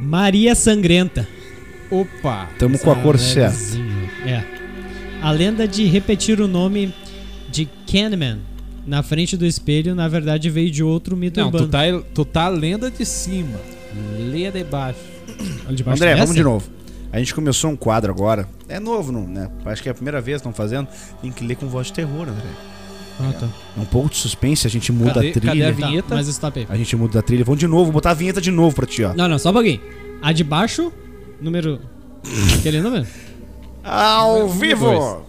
[SPEAKER 2] Maria Sangrenta.
[SPEAKER 4] Opa.
[SPEAKER 1] Tamo com a cor certa.
[SPEAKER 2] um Levezinho. É. A lenda de repetir o nome de Candyman na frente do espelho, na verdade, veio de outro mito
[SPEAKER 4] Não, tu
[SPEAKER 2] urbano.
[SPEAKER 4] tá, tu tá lenda de cima. Lenda de baixo.
[SPEAKER 1] André,
[SPEAKER 2] dessa?
[SPEAKER 1] vamos de novo. A gente começou um quadro agora. É novo, não, né? Acho que é a primeira vez que estão fazendo. Tem que ler com voz de terror, André.
[SPEAKER 2] Ah, tá.
[SPEAKER 1] É um pouco de suspense, a gente muda
[SPEAKER 4] Cadê-
[SPEAKER 1] a trilha.
[SPEAKER 4] cadê a vi-
[SPEAKER 2] Tá,
[SPEAKER 4] Vinheta?
[SPEAKER 2] mas stop aí.
[SPEAKER 1] A gente muda a trilha. Vamos de novo, botar a vinheta de novo pra ti, ó.
[SPEAKER 2] Não, não, só um pouquinho. A de baixo, número. Aquele número?
[SPEAKER 1] Ao
[SPEAKER 4] vivo!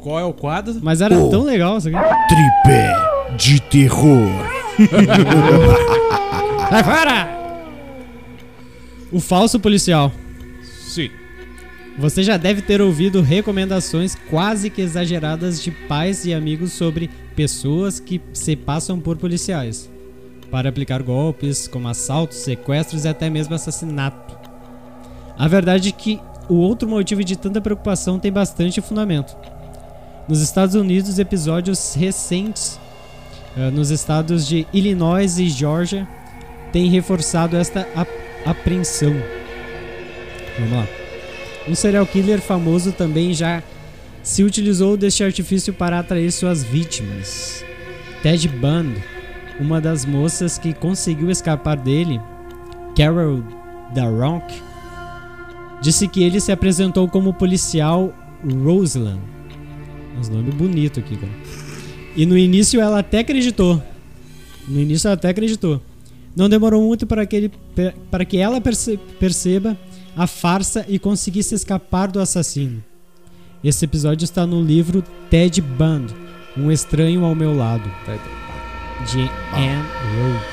[SPEAKER 4] Qual é o quadro?
[SPEAKER 2] Mas era
[SPEAKER 1] Oh.
[SPEAKER 2] tão legal isso aqui.
[SPEAKER 1] Tripé de terror.
[SPEAKER 2] Vai fora! O falso policial.
[SPEAKER 4] Sim.
[SPEAKER 2] Você já deve ter ouvido recomendações quase que exageradas de pais e amigos sobre pessoas que se passam por policiais para aplicar golpes como assaltos, sequestros e até mesmo assassinato. A verdade é que o outro motivo de tanta preocupação tem bastante fundamento. Nos Estados Unidos, episódios recentes eh, nos estados de Illinois e Georgia têm reforçado esta ap- apreensão. Vamos lá. Um serial killer famoso também já se utilizou deste artifício para atrair suas vítimas. Ted Bundy, uma das moças que conseguiu escapar dele, Carol Daronk, disse que ele se apresentou como policial Roseland. Uns nomes bonitos aqui, cara. E no início ela até acreditou. No início ela até acreditou. Não demorou muito para que, ele, per- para que ela perce- perceba a farsa e conseguisse escapar do assassino. Esse episódio está no livro Ted Bundy, Um Estranho ao Meu Lado,
[SPEAKER 4] Tá, tá.
[SPEAKER 2] de Anne Road.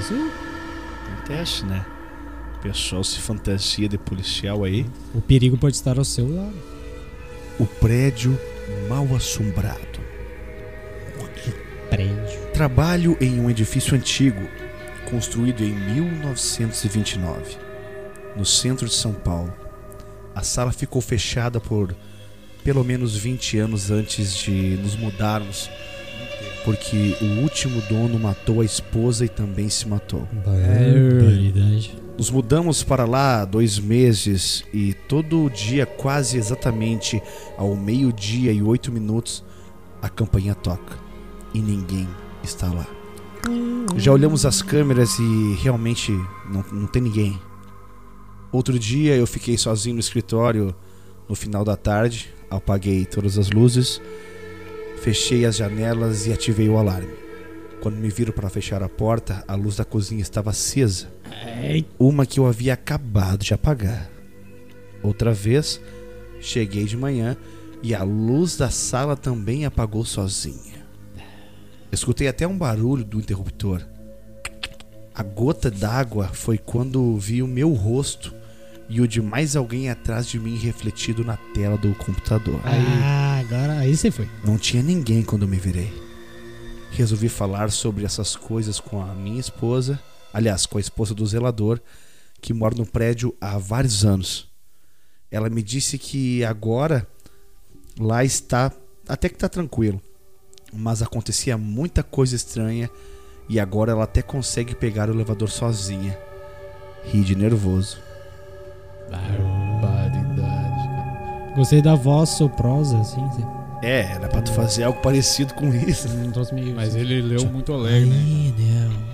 [SPEAKER 2] Isso,
[SPEAKER 1] Acontece, né? O pessoal se fantasia de policial aí.
[SPEAKER 2] o perigo pode estar ao seu lado.
[SPEAKER 1] O prédio mal assombrado.
[SPEAKER 2] Prédio.
[SPEAKER 1] Trabalho em um edifício antigo, construído em 1929, no centro de São Paulo. A sala ficou fechada por pelo menos 20 anos antes de nos mudarmos, porque o último dono matou a esposa e também se matou.
[SPEAKER 2] Barbaridade.
[SPEAKER 1] Nos mudamos para lá há dois meses e todo dia, quase exatamente ao meio-dia e oito minutos, a campainha toca e ninguém está lá. Já olhamos as câmeras e realmente não, não tem ninguém. Outro dia eu fiquei sozinho no escritório no final da tarde, apaguei todas as luzes Fechei as janelas e ativei o alarme. Quando me viro para fechar a porta, a luz da cozinha estava acesa. Uma que eu havia acabado de apagar. Outra vez, cheguei de manhã e a luz da sala também apagou sozinha. Escutei até um barulho do interruptor. A gota d'água foi quando vi o meu rosto e o de mais alguém atrás de mim refletido na tela do computador.
[SPEAKER 2] Ah, agora aí você foi.
[SPEAKER 1] Não tinha ninguém quando eu me virei. Resolvi falar sobre essas coisas com a minha esposa, aliás, com a esposa do zelador, que mora no prédio há vários anos. Ela me disse que agora lá está até que tá tranquilo, mas acontecia muita coisa estranha e agora ela até consegue pegar o elevador sozinha. Ri de nervoso.
[SPEAKER 3] Barbaridade.
[SPEAKER 2] Gostei da voz soprosa, assim. você-
[SPEAKER 1] É, era pra tu fazer algo parecido com isso.
[SPEAKER 2] Um troço meio.
[SPEAKER 3] Mas ele leu muito alegre, né?
[SPEAKER 2] Ih, não.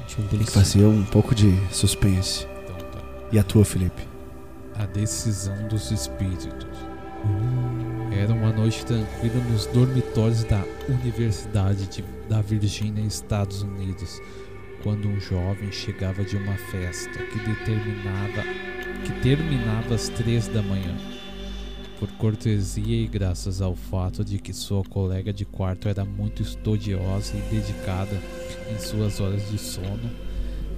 [SPEAKER 2] Deixa eu ver
[SPEAKER 1] Tem que
[SPEAKER 2] isso.
[SPEAKER 1] fazer um pouco de suspense.
[SPEAKER 3] Então tá.
[SPEAKER 1] E a tua, Felipe?
[SPEAKER 3] A decisão dos espíritos. Era uma noite tranquila nos dormitórios da Universidade de- da Virgínia, Estados Unidos, quando um jovem chegava de uma festa que determinava que terminava às três da manhã. Por cortesia e graças ao fato de que sua colega de quarto era muito estudiosa e dedicada em suas horas de sono,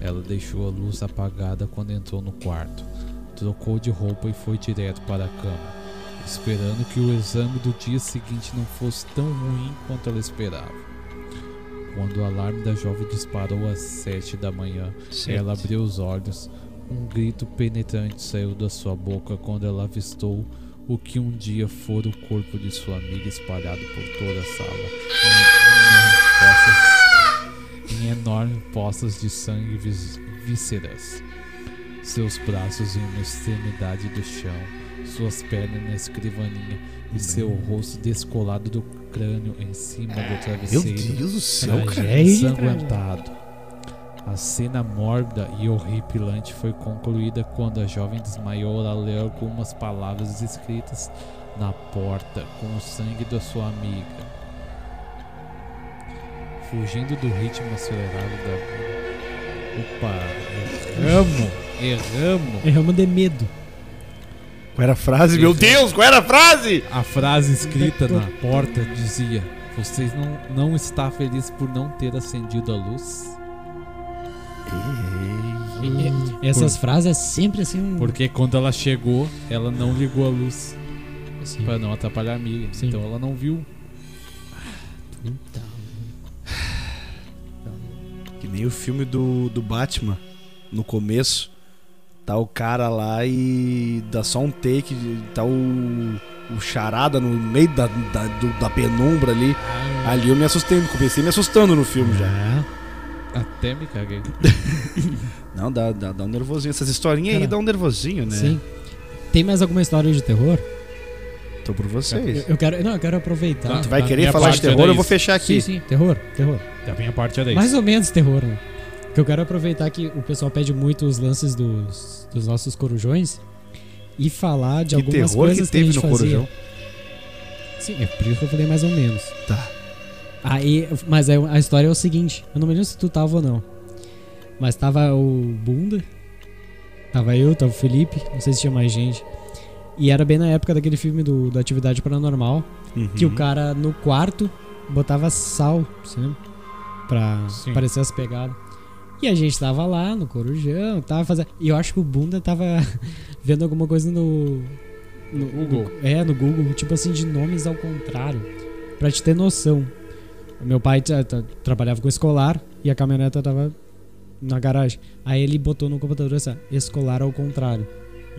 [SPEAKER 3] ela deixou a luz apagada quando entrou no quarto trocou de roupa e foi direto para a cama, esperando que o exame do dia seguinte não fosse tão ruim quanto ela esperava. Quando o alarme da jovem disparou às sete da manhã, ela abriu os olhos. Um grito penetrante saiu da sua boca quando ela avistou o que um dia fora o corpo de sua amiga espalhado por toda a sala. Em, em enormes poças, em enormes poças de sangue e vis- vísceras seus braços em uma extremidade do chão, suas pernas na escrivaninha e seu rosto descolado do crânio em cima do travesseiro,
[SPEAKER 1] do céu,
[SPEAKER 2] cara.
[SPEAKER 3] ensanguentado. A cena mórbida e horripilante foi concluída quando a jovem desmaiou ao ler algumas palavras escritas na porta com o sangue da sua amiga. Fugindo do ritmo acelerado da vida. Opa, erramos, erramos.
[SPEAKER 2] Erramos É, de medo.
[SPEAKER 1] Qual era a frase? Meu Deus, qual era a frase?
[SPEAKER 3] A frase escrita na porta dizia: Você não, não está feliz por não ter acendido a luz?
[SPEAKER 2] E- e- Essas frases é sempre assim. um-
[SPEAKER 3] Porque quando ela chegou, ela não ligou a luz
[SPEAKER 2] assim.
[SPEAKER 3] pra não atrapalhar a amiga.
[SPEAKER 2] Sim.
[SPEAKER 3] Então ela não viu.
[SPEAKER 2] Então,
[SPEAKER 1] Tá. Que nem o filme do, do Batman. No começo, tá o cara lá e dá só um take. Tá o, o charada no meio da, da, do- da penumbra ali. Ali eu me assustei, comecei me assustando no filme já.
[SPEAKER 2] já.
[SPEAKER 3] Até me caguei.
[SPEAKER 1] Não, dá, dá, dá um nervosinho. Essas historinhas aí
[SPEAKER 2] Cara,
[SPEAKER 1] dá um nervosinho, né?
[SPEAKER 2] Sim. Tem mais alguma história de terror?
[SPEAKER 1] Tô por
[SPEAKER 2] Eu,
[SPEAKER 1] vocês.
[SPEAKER 2] eu quero, não, eu quero aproveitar. Ah,
[SPEAKER 3] Tá.
[SPEAKER 1] Tu vai
[SPEAKER 3] Da
[SPEAKER 1] querer
[SPEAKER 3] minha
[SPEAKER 1] falar de
[SPEAKER 3] parte era
[SPEAKER 1] terror, eu vou
[SPEAKER 3] isso.
[SPEAKER 1] fechar aqui.
[SPEAKER 2] Sim, sim, terror, terror.
[SPEAKER 3] Da minha parte era
[SPEAKER 2] Mais ou menos terror, né? Que eu quero aproveitar é que o pessoal pede muito os lances dos, dos nossos corujões e falar
[SPEAKER 1] Que
[SPEAKER 2] de algumas
[SPEAKER 1] terror que
[SPEAKER 2] coisas
[SPEAKER 1] teve
[SPEAKER 2] a gente
[SPEAKER 1] no
[SPEAKER 2] fazia.
[SPEAKER 1] Corujão.
[SPEAKER 2] Sim, é por isso que eu falei mais ou menos.
[SPEAKER 1] Tá.
[SPEAKER 2] Aí, mas aí a história é o seguinte, eu não me lembro se tu tava ou não. Mas tava o Bunda, tava eu, tava o Felipe, não sei se tinha mais gente. E era bem na época daquele filme do, do Atividade Paranormal, que
[SPEAKER 3] Uhum.
[SPEAKER 1] Uhum.
[SPEAKER 2] o cara no quarto botava sal, você lembra? Pra
[SPEAKER 3] Sim.
[SPEAKER 2] parecer as pegadas. E a gente tava lá no Corujão, tava fazendo. E eu acho que o Bunda tava vendo alguma coisa no. No
[SPEAKER 3] Google.
[SPEAKER 2] é, no Google, tipo assim, de nomes ao contrário. Pra te ter noção. O meu pai tra- tra- trabalhava com escolar e a caminhoneta tava na garagem. Aí ele botou no computador assim, ó, escolar ao contrário.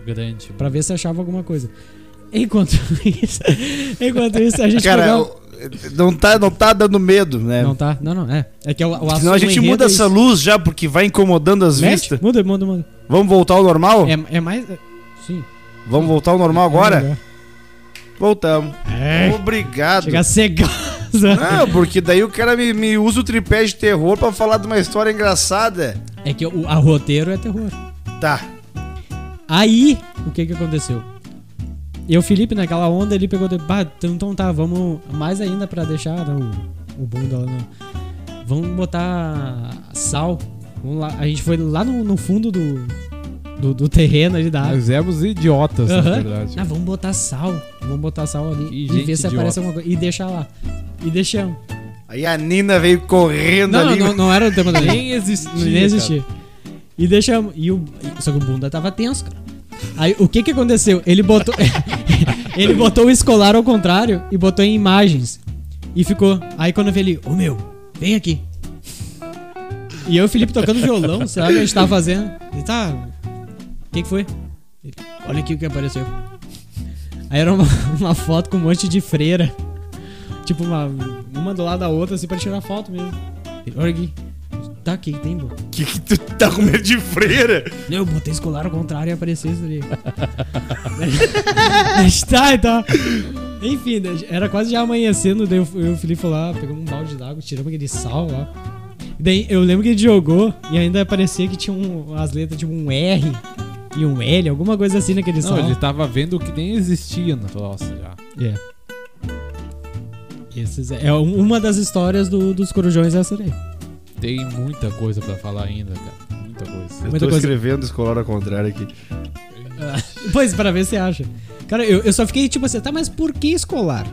[SPEAKER 3] Grande.
[SPEAKER 2] Pra ver se achava alguma coisa. Enquanto isso, enquanto isso a gente
[SPEAKER 1] Cara,
[SPEAKER 2] pegava-
[SPEAKER 1] eu- não tá, não tá dando medo, né?
[SPEAKER 2] Não tá? Não, não, é. É que o, o
[SPEAKER 1] Senão a
[SPEAKER 2] assunto
[SPEAKER 1] gente
[SPEAKER 2] enredo
[SPEAKER 1] muda
[SPEAKER 2] é
[SPEAKER 1] essa
[SPEAKER 2] isso.
[SPEAKER 1] luz já, porque vai incomodando as
[SPEAKER 2] Mete?
[SPEAKER 1] vistas.
[SPEAKER 2] Muda, muda, muda.
[SPEAKER 1] Vamos voltar ao normal?
[SPEAKER 2] É, é mais. é- Sim.
[SPEAKER 1] Vamos voltar ao normal
[SPEAKER 2] é
[SPEAKER 1] agora?
[SPEAKER 2] melhor.
[SPEAKER 1] Voltamos.
[SPEAKER 2] É.
[SPEAKER 1] Obrigado.
[SPEAKER 2] Chega a cegar.
[SPEAKER 1] Não, porque daí o cara me, me usa o tripé de terror pra falar de uma história engraçada.
[SPEAKER 2] É que o a roteiro é terror.
[SPEAKER 1] Tá.
[SPEAKER 2] Aí, o que que aconteceu? E o Felipe, naquela onda, ele pegou. de- Bah, então tá, vamos. Mais ainda pra deixar né, o, o bunda lá. né? Vamos botar sal. Vamos lá. A gente foi lá no, no fundo do, do, do terreno ali da água.
[SPEAKER 4] Nós éramos idiotas, na
[SPEAKER 2] Aham.
[SPEAKER 4] verdade.
[SPEAKER 2] Ah, vamos botar sal. Vamos botar sal ali
[SPEAKER 4] Que
[SPEAKER 2] e
[SPEAKER 4] gente
[SPEAKER 2] ver se
[SPEAKER 4] idiota.
[SPEAKER 2] aparece alguma coisa. E deixar lá. E deixamos.
[SPEAKER 1] Aí a Nina veio correndo
[SPEAKER 2] Não,
[SPEAKER 1] ali.
[SPEAKER 2] não, não era o tema da lei.
[SPEAKER 4] Nem existia.
[SPEAKER 2] Nem existia. E deixamos. E o, e- só que o bunda tava tenso, cara. Aí o que que aconteceu? Ele botou. ele botou o escolar ao contrário e botou em imagens. E ficou. Aí quando eu vi ele, ô meu, vem aqui. E eu e o Felipe tocando violão, sei lá o que a gente tava fazendo. Ele tá. O que, que foi? Ele, Olha aqui o que apareceu. Aí era uma, uma foto com um monte de freira. Tipo, uma, uma do lado da outra, assim, pra tirar foto mesmo. Ele, Olha aqui. Tá aqui, tem, bom.
[SPEAKER 1] Que, que tu tá com medo de freira?
[SPEAKER 2] Não, eu botei escolar ao contrário e apareceu isso ali. Mas tá, então. Enfim, né, era quase já amanhecendo, daí eu eu e o Felipe foi lá, pegamos um balde d'água, tiramos aquele sal lá. Daí eu lembro que ele jogou e ainda parecia que tinha um, as letras tipo um R e um L, alguma coisa assim naquele
[SPEAKER 4] Não,
[SPEAKER 2] sal.
[SPEAKER 4] ele tava vendo o que nem existia na nossa já.
[SPEAKER 2] É. Esses é, é um- uma das histórias do- dos corujões é essa daí.
[SPEAKER 4] Tem muita coisa pra falar ainda, cara. Muita coisa.
[SPEAKER 1] Eu
[SPEAKER 2] Muita
[SPEAKER 1] tô
[SPEAKER 2] coisa.
[SPEAKER 1] escrevendo escolar ao contrário aqui.
[SPEAKER 2] Pois, pra ver se acha. Cara, eu, eu só fiquei tipo assim, tá, mas por que escolar?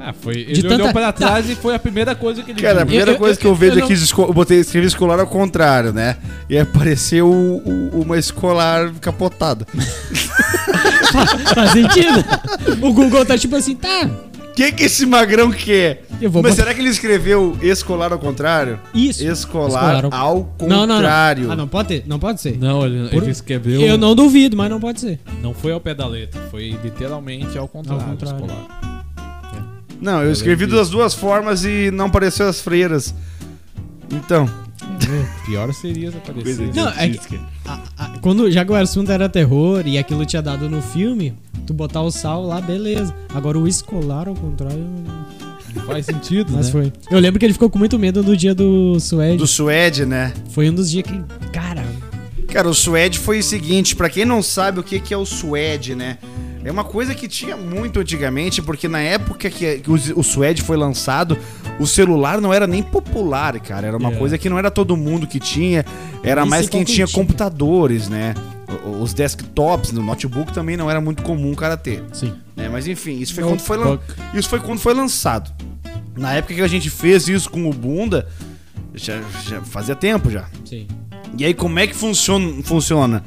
[SPEAKER 4] Ah, foi. Ele
[SPEAKER 2] De
[SPEAKER 4] olhou
[SPEAKER 2] tanta-
[SPEAKER 4] pra trás e foi a primeira coisa que ele
[SPEAKER 1] Cara, a
[SPEAKER 4] viu.
[SPEAKER 1] primeira
[SPEAKER 2] eu-
[SPEAKER 1] coisa
[SPEAKER 2] eu-
[SPEAKER 1] que eu vejo
[SPEAKER 2] eu
[SPEAKER 1] aqui, esco- eu botei escrevi escolar ao contrário, né? E apareceu o- o- uma escolar capotada.
[SPEAKER 2] Faz sentido. O Google tá tipo assim, tá.
[SPEAKER 1] O que, que esse magrão quer?
[SPEAKER 2] Eu vou
[SPEAKER 1] Mas
[SPEAKER 2] botar-
[SPEAKER 1] será que ele escreveu escolar ao contrário?
[SPEAKER 2] Isso.
[SPEAKER 1] Escolar,
[SPEAKER 2] Escolar ao-
[SPEAKER 1] ao
[SPEAKER 2] Não, não, não.
[SPEAKER 1] contrário.
[SPEAKER 2] Ah, não pode ter, não pode ser.
[SPEAKER 4] Não, ele,
[SPEAKER 2] Por-
[SPEAKER 4] ele escreveu.
[SPEAKER 2] Eu não duvido, mas não pode ser.
[SPEAKER 4] Não foi ao pé da letra, foi literalmente ao contrário.
[SPEAKER 2] Ao contrário.
[SPEAKER 4] escolar.
[SPEAKER 1] Não, eu escrevi
[SPEAKER 4] lembro
[SPEAKER 1] das duas formas e não apareceu as freiras. Então.
[SPEAKER 4] Pior seria se aparecer.
[SPEAKER 2] Não, é que- a- a- quando já que o assunto era terror e aquilo tinha dado no filme, tu botar o sal lá, beleza. Agora o escolar, ao contrário,
[SPEAKER 4] Não faz sentido,
[SPEAKER 2] mas
[SPEAKER 4] né?
[SPEAKER 2] foi. Eu lembro que ele ficou com muito medo no dia do Suede.
[SPEAKER 1] Do Suede, né?
[SPEAKER 2] Foi um dos dias que, cara,
[SPEAKER 1] Cara, o Suede foi o seguinte, pra quem não sabe o que que é o Suede, né? É uma coisa que tinha muito antigamente, porque na época que que o o Suede foi lançado, o celular não era nem popular, cara. Era uma
[SPEAKER 4] É.
[SPEAKER 1] coisa que não era todo mundo que tinha, era
[SPEAKER 2] Nem
[SPEAKER 1] mais
[SPEAKER 2] sei
[SPEAKER 1] quem
[SPEAKER 2] qual que
[SPEAKER 1] tinha
[SPEAKER 2] tinha.
[SPEAKER 1] computadores, né? O- o- Os desktops, no notebook também não era muito comum o cara ter.
[SPEAKER 2] sim.
[SPEAKER 1] né? Mas enfim, isso foi,
[SPEAKER 4] Não,
[SPEAKER 1] quando foi, lan- isso foi quando foi lançado. Na época que a gente fez isso com o Bunda, já- já fazia tempo já.
[SPEAKER 2] Sim.
[SPEAKER 1] E aí, como é que funciona? funciona?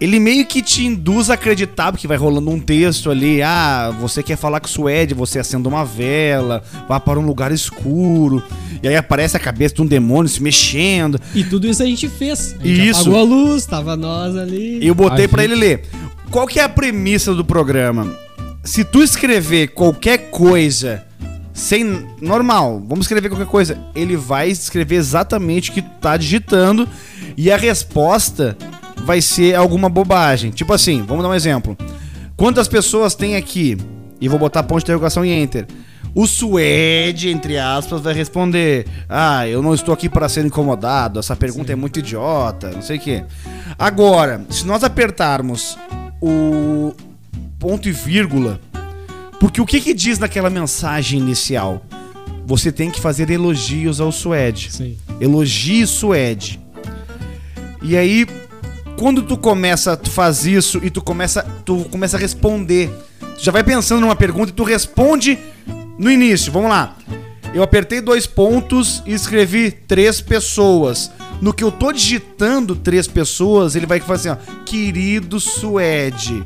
[SPEAKER 1] Ele meio que te induz a acreditar, porque vai rolando um texto ali, ah, você quer falar com o Suede, você acenda uma vela, vá para um lugar escuro, e aí aparece a cabeça de um demônio se mexendo.
[SPEAKER 2] E tudo isso a gente fez. A gente
[SPEAKER 1] Isso.
[SPEAKER 2] apagou a luz, tava nós ali.
[SPEAKER 1] E eu botei
[SPEAKER 4] A
[SPEAKER 1] pra
[SPEAKER 4] gente-
[SPEAKER 1] ele ler. Qual que é a premissa do programa? Se tu escrever qualquer coisa sem normal, vamos escrever qualquer coisa, ele vai escrever exatamente o que tu tá digitando e a resposta vai ser alguma bobagem. Tipo assim, vamos dar um exemplo. Quantas pessoas tem aqui? E vou botar ponto de interrogação e enter. O Suede, entre aspas, vai responder: Ah, eu não estou aqui para ser incomodado, essa pergunta é muito idiota, não sei o quê. Agora, se nós apertarmos o ponto e vírgula, porque o que, que diz naquela mensagem inicial? Você tem que fazer elogios ao Suede.
[SPEAKER 2] Sim.
[SPEAKER 1] Elogie Suede. E aí, quando tu começa, tu faz isso e tu começa, tu começa a responder. Tu já vai pensando numa pergunta e tu responde no início. Vamos lá. Eu apertei dois pontos e escrevi três pessoas. No que eu tô digitando três pessoas, ele vai fazer assim, ó. Querido Suede.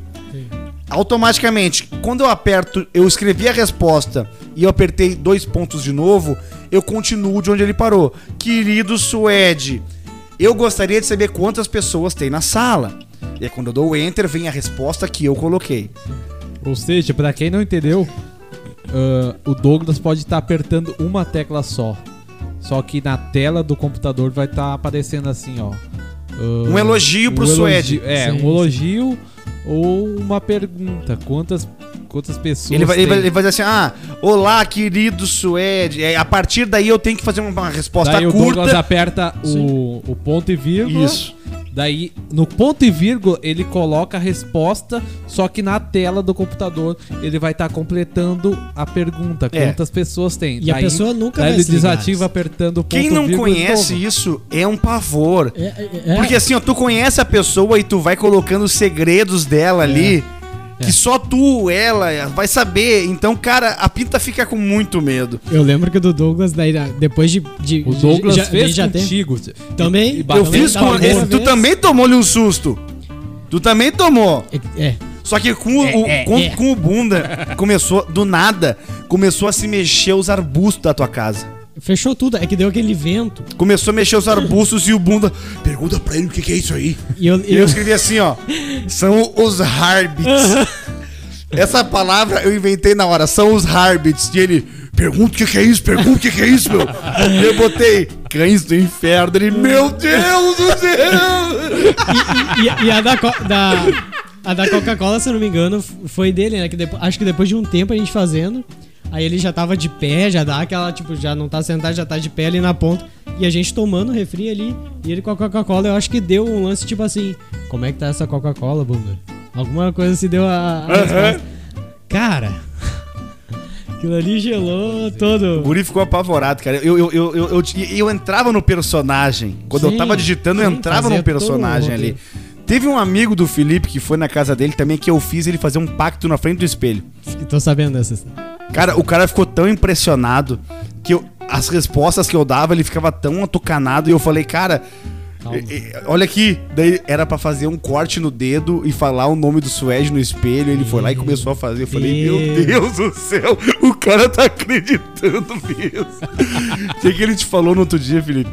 [SPEAKER 1] Automaticamente, quando eu aperto, eu escrevi a resposta e eu apertei dois pontos de novo, eu continuo de onde ele parou. Querido Suede, eu gostaria de saber quantas pessoas tem na sala. E aí, quando eu dou o enter, vem a resposta que eu coloquei.
[SPEAKER 4] Ou seja, pra quem não entendeu, ah, o Douglas pode estar apertando uma tecla só. Só que na tela do computador vai estar aparecendo assim, ó. ah,
[SPEAKER 1] Um elogio pro
[SPEAKER 4] elogio-
[SPEAKER 1] Suede.
[SPEAKER 4] É,
[SPEAKER 2] Sim,
[SPEAKER 4] um
[SPEAKER 2] sim.
[SPEAKER 4] elogio ou uma pergunta. Quantas, quantas pessoas.
[SPEAKER 1] Ele vai, ele, vai,
[SPEAKER 4] tem?
[SPEAKER 1] ele vai dizer assim: ah, olá, querido Suede. E aí, a partir daí eu tenho que fazer uma, uma resposta
[SPEAKER 4] Daí o Douglas
[SPEAKER 1] curta.
[SPEAKER 4] aperta o, o ponto e vírgula.
[SPEAKER 1] Isso.
[SPEAKER 3] Daí, no ponto e vírgula, ele coloca a resposta, só que na tela do computador ele vai estar completando a pergunta,
[SPEAKER 1] É.
[SPEAKER 3] quantas pessoas tem.
[SPEAKER 2] E a pessoa nunca
[SPEAKER 3] daí
[SPEAKER 2] vai
[SPEAKER 3] ele
[SPEAKER 2] se ligar.
[SPEAKER 3] desativa apertando o ponto
[SPEAKER 1] Quem não
[SPEAKER 3] vírgula de
[SPEAKER 1] conhece
[SPEAKER 3] novo.
[SPEAKER 1] isso é um pavor.
[SPEAKER 2] É, é, é.
[SPEAKER 1] Porque assim, ó, tu conhece a pessoa e tu vai colocando os segredos dela ali. Que só tu, ela, vai saber. Então, cara, a pinta fica com muito medo.
[SPEAKER 2] Eu lembro que o do Douglas, daí, da- depois de. de
[SPEAKER 3] O Douglas
[SPEAKER 2] já,
[SPEAKER 3] fez
[SPEAKER 2] já tem.
[SPEAKER 3] contigo.
[SPEAKER 2] Também.
[SPEAKER 3] E
[SPEAKER 1] Eu
[SPEAKER 3] bateu
[SPEAKER 1] fiz
[SPEAKER 2] tá
[SPEAKER 1] com.
[SPEAKER 2] bom.
[SPEAKER 1] esse-
[SPEAKER 2] Uma
[SPEAKER 1] tu
[SPEAKER 2] vez.
[SPEAKER 1] também tomou-lhe um susto. Tu também tomou.
[SPEAKER 2] É, é.
[SPEAKER 1] Só que com, o- o,
[SPEAKER 2] é,
[SPEAKER 1] com,
[SPEAKER 2] é.
[SPEAKER 1] com o bunda, começou, do nada, começou a se mexer os arbustos da tua casa.
[SPEAKER 2] Fechou tudo. É que deu aquele vento.
[SPEAKER 1] Começou a mexer os arbustos e o bunda. Pergunta pra ele o que, que é isso aí.
[SPEAKER 2] E eu.
[SPEAKER 1] E
[SPEAKER 2] eu-
[SPEAKER 1] eu escrevi assim, ó. São os Harbits. Essa palavra eu inventei na hora. São os Harbits. E ele, pergunta o que, que é isso, pergunta o que, que é isso, meu. E eu botei, cães do inferno. Ele, meu Deus do céu.
[SPEAKER 2] e, e a da, co- da- a da Coca-Cola, se eu não me engano, f- foi dele, né? Que depo- acho que depois de um tempo a gente fazendo, aí ele já tava de pé, já dá aquela, tipo, já não tá sentado, já tá de pé ali na ponta. E a gente tomando o refri ali, e ele com a Coca-Cola, eu acho que deu um lance tipo assim: Como é que tá essa Coca-Cola, Bunda? Alguma coisa se deu a. a resposta. Cara, aquilo ali gelou
[SPEAKER 1] O
[SPEAKER 2] todo.
[SPEAKER 1] Guri ficou apavorado, cara. Eu, eu, eu, eu, eu, eu entrava no personagem. Quando eu
[SPEAKER 2] Sim,
[SPEAKER 1] tava digitando, eu
[SPEAKER 2] sim,
[SPEAKER 1] entrava
[SPEAKER 2] fazia
[SPEAKER 1] no personagem
[SPEAKER 2] todo o
[SPEAKER 1] ali.
[SPEAKER 2] roteiro.
[SPEAKER 1] Teve um amigo do Felipe que foi na casa dele também que eu fiz ele fazer um pacto na frente do espelho.
[SPEAKER 2] Tô sabendo dessa história.
[SPEAKER 1] Cara, o cara ficou tão impressionado que eu- as respostas que eu dava, ele ficava tão atucanado e eu falei, cara. e- e- olha aqui, daí era pra fazer um corte no dedo e falar o nome do Suede no espelho. Ele foi lá e começou a fazer. Eu falei, meu
[SPEAKER 2] Deus.
[SPEAKER 1] Deus do céu, o cara tá acreditando nisso. O que, que ele te falou no outro dia, Felipe?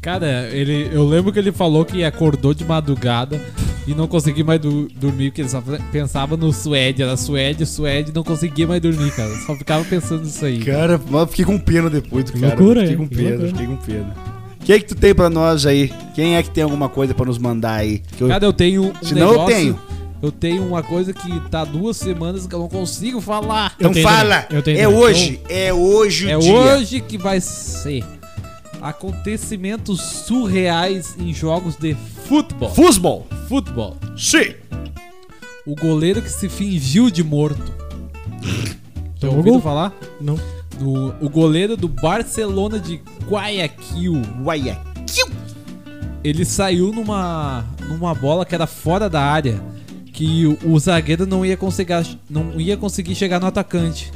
[SPEAKER 3] Cara, ele, eu lembro que ele falou que acordou de madrugada e não conseguia mais du- dormir, porque ele só pensava no Suede, era Suede, Suede, não conseguia mais dormir, cara. Só ficava pensando nisso aí.
[SPEAKER 1] Cara, mas eu fiquei com pena depois do
[SPEAKER 2] Que
[SPEAKER 1] cara.
[SPEAKER 2] loucura,
[SPEAKER 1] fiquei
[SPEAKER 2] é?
[SPEAKER 1] com
[SPEAKER 2] Que
[SPEAKER 1] pena,
[SPEAKER 2] loucura.
[SPEAKER 1] fiquei com pena. O que é que tu tem pra nós aí? Quem é que tem alguma coisa pra nos mandar aí? Que eu-
[SPEAKER 3] Cara, eu tenho um
[SPEAKER 1] Se não, eu tenho.
[SPEAKER 3] eu tenho uma coisa que tá duas semanas que eu não consigo falar.
[SPEAKER 2] Eu
[SPEAKER 1] Então
[SPEAKER 2] tenho
[SPEAKER 1] fala!
[SPEAKER 2] também, eu tenho
[SPEAKER 1] é
[SPEAKER 2] também.
[SPEAKER 1] hoje! É hoje o
[SPEAKER 3] é
[SPEAKER 1] dia!
[SPEAKER 3] hoje que vai ser. Acontecimentos surreais em jogos de futebol.
[SPEAKER 1] Futebol!
[SPEAKER 3] Futebol.
[SPEAKER 1] Sim!
[SPEAKER 3] O goleiro que se fingiu de morto. Já
[SPEAKER 2] Tomou
[SPEAKER 3] ouviram
[SPEAKER 2] gol?
[SPEAKER 3] falar?
[SPEAKER 2] Não.
[SPEAKER 3] No- o goleiro do Barcelona de Guayaquil.
[SPEAKER 1] é. Guayaquil!
[SPEAKER 3] Ele saiu numa, numa bola que era fora da área. Que o- o zagueiro não ia conseguir, ach- não ia conseguir chegar no atacante.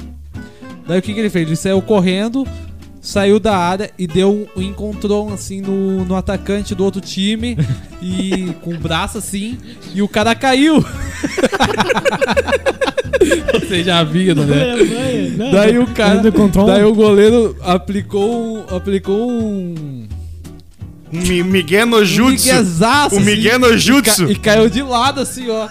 [SPEAKER 3] Daí o que, que ele fez? Ele saiu correndo, saiu da área e deu um encontrão assim no, no atacante do outro time. e com o braço assim. E o cara caiu. Você já viu, né?
[SPEAKER 2] É,
[SPEAKER 3] Daí o cara, daí o goleiro aplicou, um- aplicou um
[SPEAKER 1] Mi Miguel no Jutsu!
[SPEAKER 3] Miguezaço, assim,
[SPEAKER 1] O Miguel no Jutsu!
[SPEAKER 3] E, caiu de lado assim, ó.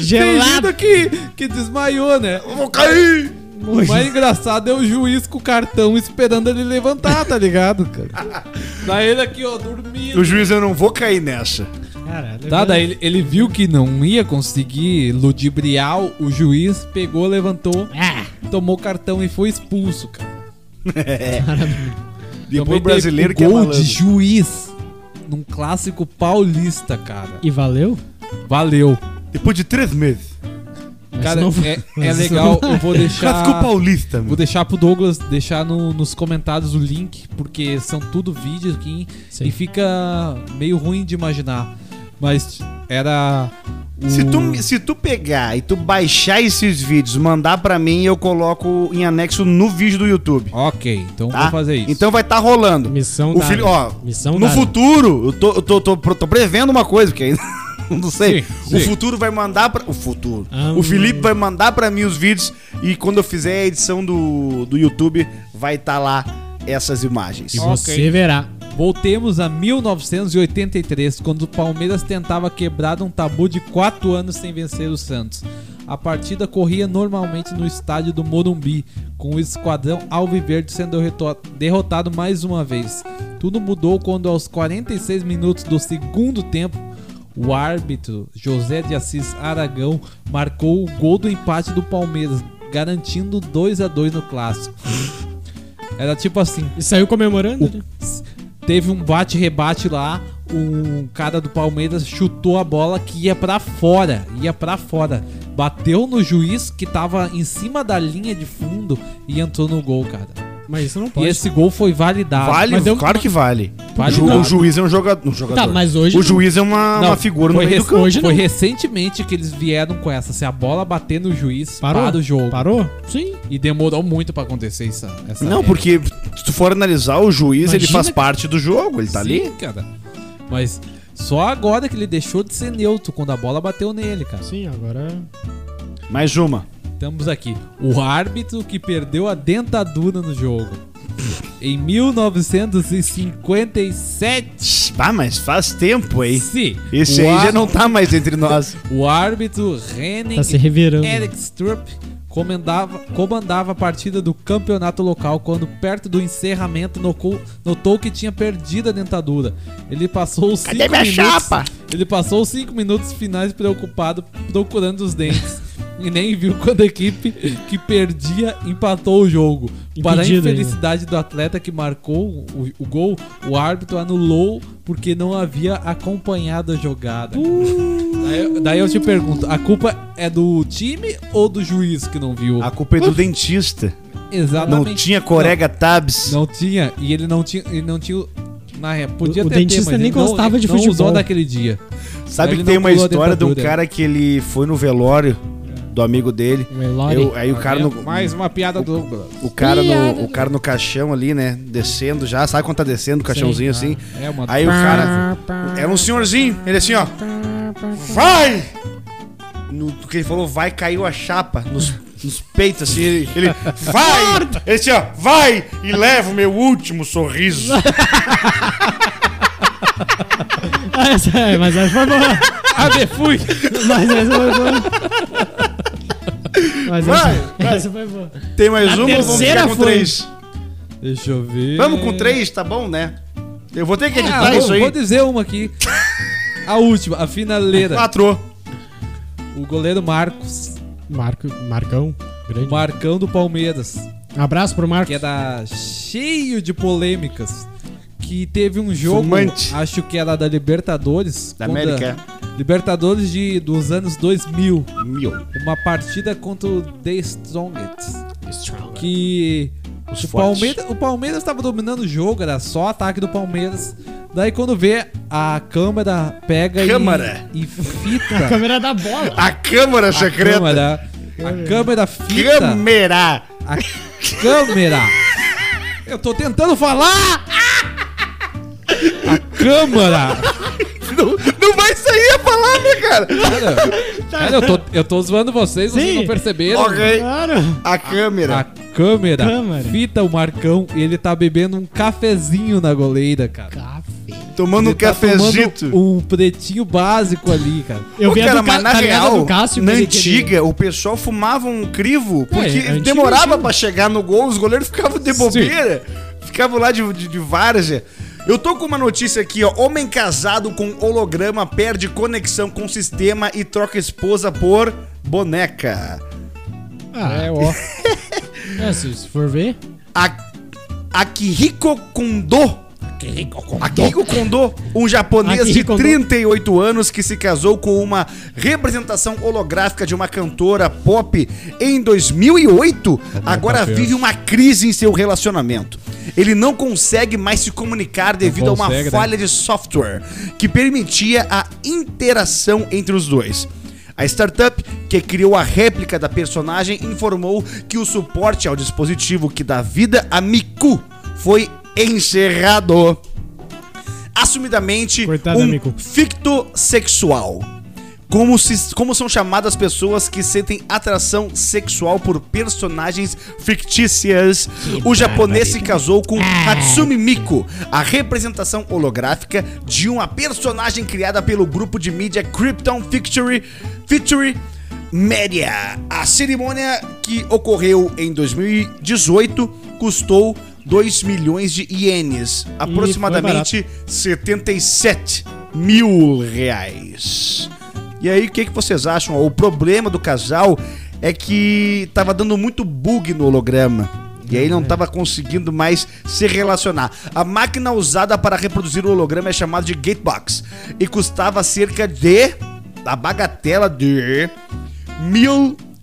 [SPEAKER 2] Gelado.
[SPEAKER 3] Fingindo que, que desmaiou, né?
[SPEAKER 1] Eu vou cair!
[SPEAKER 3] O mais engraçado é o juiz com o cartão esperando ele levantar, tá ligado, cara? daí ele aqui, ó, dormindo.
[SPEAKER 1] O juiz, eu não vou cair nessa.
[SPEAKER 2] Caralho.
[SPEAKER 3] Tá, daí ele, ele viu que não ia conseguir ludibriar o juiz, pegou, levantou,
[SPEAKER 2] Ah.
[SPEAKER 3] tomou o cartão e foi expulso, cara.
[SPEAKER 1] E pro
[SPEAKER 3] Também teve
[SPEAKER 1] brasileiro
[SPEAKER 3] o
[SPEAKER 1] que é
[SPEAKER 3] gol
[SPEAKER 1] malandro.
[SPEAKER 3] de juiz num clássico paulista, cara.
[SPEAKER 2] E valeu?
[SPEAKER 3] Valeu.
[SPEAKER 1] Depois de três meses.
[SPEAKER 2] Mas
[SPEAKER 3] Cara,
[SPEAKER 2] não-
[SPEAKER 3] é, é
[SPEAKER 2] mas
[SPEAKER 3] legal.
[SPEAKER 2] não-
[SPEAKER 3] Eu vou
[SPEAKER 1] Já
[SPEAKER 3] deixar.
[SPEAKER 1] ficou paulista,
[SPEAKER 3] Vou
[SPEAKER 1] meu.
[SPEAKER 3] deixar pro Douglas deixar no- nos comentários o link, porque são tudo vídeos aqui
[SPEAKER 2] Sim.
[SPEAKER 3] e fica meio ruim de imaginar. Mas era. O...
[SPEAKER 1] Se tu, se tu pegar e tu baixar esses vídeos, mandar pra mim, eu coloco em anexo no vídeo do YouTube.
[SPEAKER 3] Ok, então
[SPEAKER 1] Tá?
[SPEAKER 3] vou fazer isso.
[SPEAKER 1] Então vai tá rolando.
[SPEAKER 2] Missão
[SPEAKER 1] O
[SPEAKER 2] dada.
[SPEAKER 1] filho, ó,
[SPEAKER 2] Missão
[SPEAKER 1] no
[SPEAKER 2] dada.
[SPEAKER 1] futuro, eu tô, eu tô, tô, tô prevendo uma coisa, porque ainda não sei.
[SPEAKER 3] Sim,
[SPEAKER 1] o
[SPEAKER 3] sim.
[SPEAKER 1] futuro vai mandar pra. O futuro.
[SPEAKER 2] Ah,
[SPEAKER 1] o Felipe vai mandar pra mim os vídeos e quando eu fizer a edição do, do YouTube, vai estar lá essas imagens.
[SPEAKER 2] E
[SPEAKER 3] Ok.
[SPEAKER 2] você verá.
[SPEAKER 3] Voltemos a 1983, quando o Palmeiras tentava quebrar um tabu de 4 anos sem vencer o Santos. A partida corria normalmente no estádio do Morumbi, com o esquadrão alviverde sendo reto- derrotado mais uma vez. Tudo mudou quando, aos 46 minutos do segundo tempo, o árbitro José de Assis Aragão marcou o gol do empate do Palmeiras, garantindo 2 a 2 no clássico. Era tipo assim:
[SPEAKER 2] E saiu comemorando? né?
[SPEAKER 3] Teve um bate-rebate lá, um cara do Palmeiras chutou a bola que ia pra fora, ia pra fora. Bateu no juiz que tava em cima da linha de fundo e entrou no gol, cara.
[SPEAKER 2] Mas isso não
[SPEAKER 3] E
[SPEAKER 2] pode.
[SPEAKER 3] esse gol foi validado.
[SPEAKER 1] Vale,
[SPEAKER 3] Mas eu-
[SPEAKER 1] claro que vale.
[SPEAKER 3] Vale
[SPEAKER 1] Ju-
[SPEAKER 3] nada.
[SPEAKER 1] o juiz é um joga- um jogador.
[SPEAKER 2] Tá, mas hoje
[SPEAKER 1] O
[SPEAKER 2] não.
[SPEAKER 1] juiz é uma,
[SPEAKER 3] Não,
[SPEAKER 1] uma figura no
[SPEAKER 3] foi,
[SPEAKER 1] meio do
[SPEAKER 3] rec-
[SPEAKER 1] campo.
[SPEAKER 2] Hoje
[SPEAKER 3] foi
[SPEAKER 2] não.
[SPEAKER 3] recentemente que eles vieram com essa. Se a bola bater no juiz, para o jogo.
[SPEAKER 2] Parou? Sim.
[SPEAKER 3] E demorou muito pra acontecer essa. essa
[SPEAKER 1] Não,
[SPEAKER 3] regra.
[SPEAKER 1] porque se tu for analisar, o juiz ele
[SPEAKER 3] Imagina
[SPEAKER 1] faz
[SPEAKER 3] que-
[SPEAKER 1] parte do jogo, ele tá
[SPEAKER 3] Sim,
[SPEAKER 1] ali.
[SPEAKER 3] cara. Mas só agora que ele deixou de ser neutro quando a bola bateu nele, cara.
[SPEAKER 2] Sim, agora. é
[SPEAKER 1] Mais uma.
[SPEAKER 3] Estamos aqui. O árbitro que perdeu a dentadura no jogo. em 1957.
[SPEAKER 1] Ah, mas faz tempo, hein?
[SPEAKER 3] Sim.
[SPEAKER 1] Esse
[SPEAKER 3] o
[SPEAKER 1] aí
[SPEAKER 3] ar-
[SPEAKER 1] já não tá mais entre nós.
[SPEAKER 3] O árbitro Henning
[SPEAKER 2] Tá se revirando.
[SPEAKER 3] Eric Strupp comandava, comandava a partida do campeonato local quando, perto do encerramento, notou, notou que tinha perdido a dentadura. Ele passou os cinco
[SPEAKER 1] Cadê minha
[SPEAKER 3] minutos,
[SPEAKER 1] chapa?
[SPEAKER 3] Ele passou os cinco minutos finais preocupado, procurando os dentes. E nem viu quando a equipe que perdia empatou o jogo. Para a
[SPEAKER 2] Impedido ainda.
[SPEAKER 3] infelicidade do atleta que marcou o, o gol, o árbitro anulou porque não havia acompanhado a jogada. Daí, eu- daí eu te pergunto, a culpa é do time ou do juiz que não viu?
[SPEAKER 1] A culpa é do dentista.
[SPEAKER 3] Exatamente.
[SPEAKER 1] Não tinha corega tabs.
[SPEAKER 3] Não, não tinha, e ele não tinha, ele não tinha na re- podia
[SPEAKER 2] O- o
[SPEAKER 3] ter
[SPEAKER 2] dentista
[SPEAKER 3] mas
[SPEAKER 2] nem
[SPEAKER 3] ele não-
[SPEAKER 2] gostava de
[SPEAKER 3] não
[SPEAKER 2] futebol.
[SPEAKER 3] usou naquele dia.
[SPEAKER 1] Sabe
[SPEAKER 3] Ele
[SPEAKER 1] que
[SPEAKER 3] não
[SPEAKER 1] tem uma
[SPEAKER 3] pulou a
[SPEAKER 1] história de um
[SPEAKER 3] dentadura.
[SPEAKER 1] cara que ele foi no velório do amigo dele.
[SPEAKER 2] um
[SPEAKER 1] Eu- aí o cara no,
[SPEAKER 3] mais uma piada do
[SPEAKER 1] o cara no o cara no caixão ali, né, descendo já, sabe quando tá descendo o caixãozinho assim?
[SPEAKER 3] É uma
[SPEAKER 1] Aí o cara era um senhorzinho, ele assim, ó. Vai! No no que ele falou, vai, caiu a chapa nos, nos peitos, assim, ele, ele, vai! Ele assim, ó, vai! E leva o meu último sorriso.
[SPEAKER 2] Ah, essa é, mas essa foi boa.
[SPEAKER 3] Ave, Ah, fui.
[SPEAKER 2] Mas essa foi boa. Mas
[SPEAKER 1] Vai,
[SPEAKER 2] essa,
[SPEAKER 1] vai.
[SPEAKER 2] essa foi boa.
[SPEAKER 1] Tem mais
[SPEAKER 2] A
[SPEAKER 1] uma, ou vamos
[SPEAKER 2] terceira
[SPEAKER 1] ficar com
[SPEAKER 2] foi.
[SPEAKER 1] três.
[SPEAKER 3] Deixa eu ver.
[SPEAKER 1] Vamos com três, tá bom, né? Eu vou ter que
[SPEAKER 3] Ah,
[SPEAKER 1] editar
[SPEAKER 3] vou,
[SPEAKER 1] isso aí.
[SPEAKER 3] vou dizer uma aqui. A última, a finaleira.
[SPEAKER 1] Quatro.
[SPEAKER 3] O goleiro Marcos,
[SPEAKER 2] Marco, Marcão. Grande.
[SPEAKER 3] Marcão do Palmeiras.
[SPEAKER 2] Abraço pro Marcos.
[SPEAKER 3] que era cheio de polêmicas. Que teve um jogo,
[SPEAKER 1] Fumante.
[SPEAKER 3] acho que era da Libertadores.
[SPEAKER 1] Da
[SPEAKER 3] contra-
[SPEAKER 1] América.
[SPEAKER 3] Libertadores de, dos anos 2000.
[SPEAKER 1] Meu.
[SPEAKER 3] Uma partida contra o The Strongest. Que
[SPEAKER 1] Os
[SPEAKER 3] o
[SPEAKER 1] fortes.
[SPEAKER 3] Palmeiras, o Palmeiras tava dominando o jogo, era só ataque do Palmeiras. Daí quando vê, a câmera pega e-
[SPEAKER 1] Câmara.
[SPEAKER 3] E,
[SPEAKER 2] A
[SPEAKER 3] fita.
[SPEAKER 2] câmera da bola.
[SPEAKER 1] A câmara
[SPEAKER 3] a
[SPEAKER 1] secreta.
[SPEAKER 3] câmera, a câmera fita.
[SPEAKER 1] Câmera.
[SPEAKER 3] A câmera! Eu tô tentando falar! A câmera!
[SPEAKER 1] Não, não vai sair a palavra, cara.
[SPEAKER 3] Cara, cara, eu, tô, eu tô zoando vocês, vocês
[SPEAKER 2] Sim.
[SPEAKER 3] não perceberam.
[SPEAKER 1] ok.
[SPEAKER 2] Claro.
[SPEAKER 1] A
[SPEAKER 3] A
[SPEAKER 1] câmera.
[SPEAKER 3] câmera,
[SPEAKER 2] Câmera.
[SPEAKER 3] fita o Marcão e ele tá bebendo um cafezinho na goleira, cara.
[SPEAKER 1] Tomando
[SPEAKER 3] Ele
[SPEAKER 1] um
[SPEAKER 3] tá
[SPEAKER 1] cafezito.
[SPEAKER 3] tomando um pretinho básico ali, cara.
[SPEAKER 2] Eu vi
[SPEAKER 1] Ô,
[SPEAKER 2] a
[SPEAKER 1] cara,
[SPEAKER 2] do, Ca...
[SPEAKER 1] mas na
[SPEAKER 2] tá ligado?
[SPEAKER 1] real,
[SPEAKER 2] do Cássio.
[SPEAKER 1] na
[SPEAKER 2] que ele queria- É,
[SPEAKER 1] antiga, o pessoal fumava um crivo porque
[SPEAKER 2] antiga,
[SPEAKER 1] demorava
[SPEAKER 2] antiga.
[SPEAKER 1] pra chegar no gol, os goleiros ficavam de bobeira, ficavam lá de, de, de várzea. Eu tô com uma notícia aqui, ó. Homem casado com holograma perde conexão com sistema e troca esposa por boneca.
[SPEAKER 2] Ah,
[SPEAKER 3] É, ó.
[SPEAKER 2] é, se se for ver.
[SPEAKER 1] A Akihiko Kondo. Akihiko Kondo, um japonês
[SPEAKER 2] Akihiko
[SPEAKER 1] de
[SPEAKER 2] Kondo.
[SPEAKER 1] 38 anos que se casou com uma representação holográfica de uma cantora pop em 2008,
[SPEAKER 3] é
[SPEAKER 1] agora
[SPEAKER 3] Deus.
[SPEAKER 1] vive uma crise em seu relacionamento. Ele não consegue mais se comunicar devido a uma
[SPEAKER 3] consegue, né?
[SPEAKER 1] falha de software que permitia a interação entre os dois. A startup que criou a réplica da personagem informou que o suporte ao dispositivo que dá vida a Miku foi encerrado. Assumidamente,
[SPEAKER 2] Coitada,
[SPEAKER 1] um
[SPEAKER 2] Miku.
[SPEAKER 1] fictossexual. Como, se- como são chamadas pessoas que sentem atração sexual por personagens fictícias? o japonês se casou com Hatsumi Miku, a representação holográfica de uma personagem criada pelo grupo de mídia Krypton Fictory, Fictory Media. A cerimônia que ocorreu em 2018 custou 2 milhões de ienes, aproximadamente 77 mil reais. E aí, o que, que vocês acham? O problema do casal é que tava dando muito bug no holograma. E aí não estava conseguindo mais se relacionar. A máquina usada para reproduzir o holograma é chamada de Gatebox e custava cerca de. da bagatela de.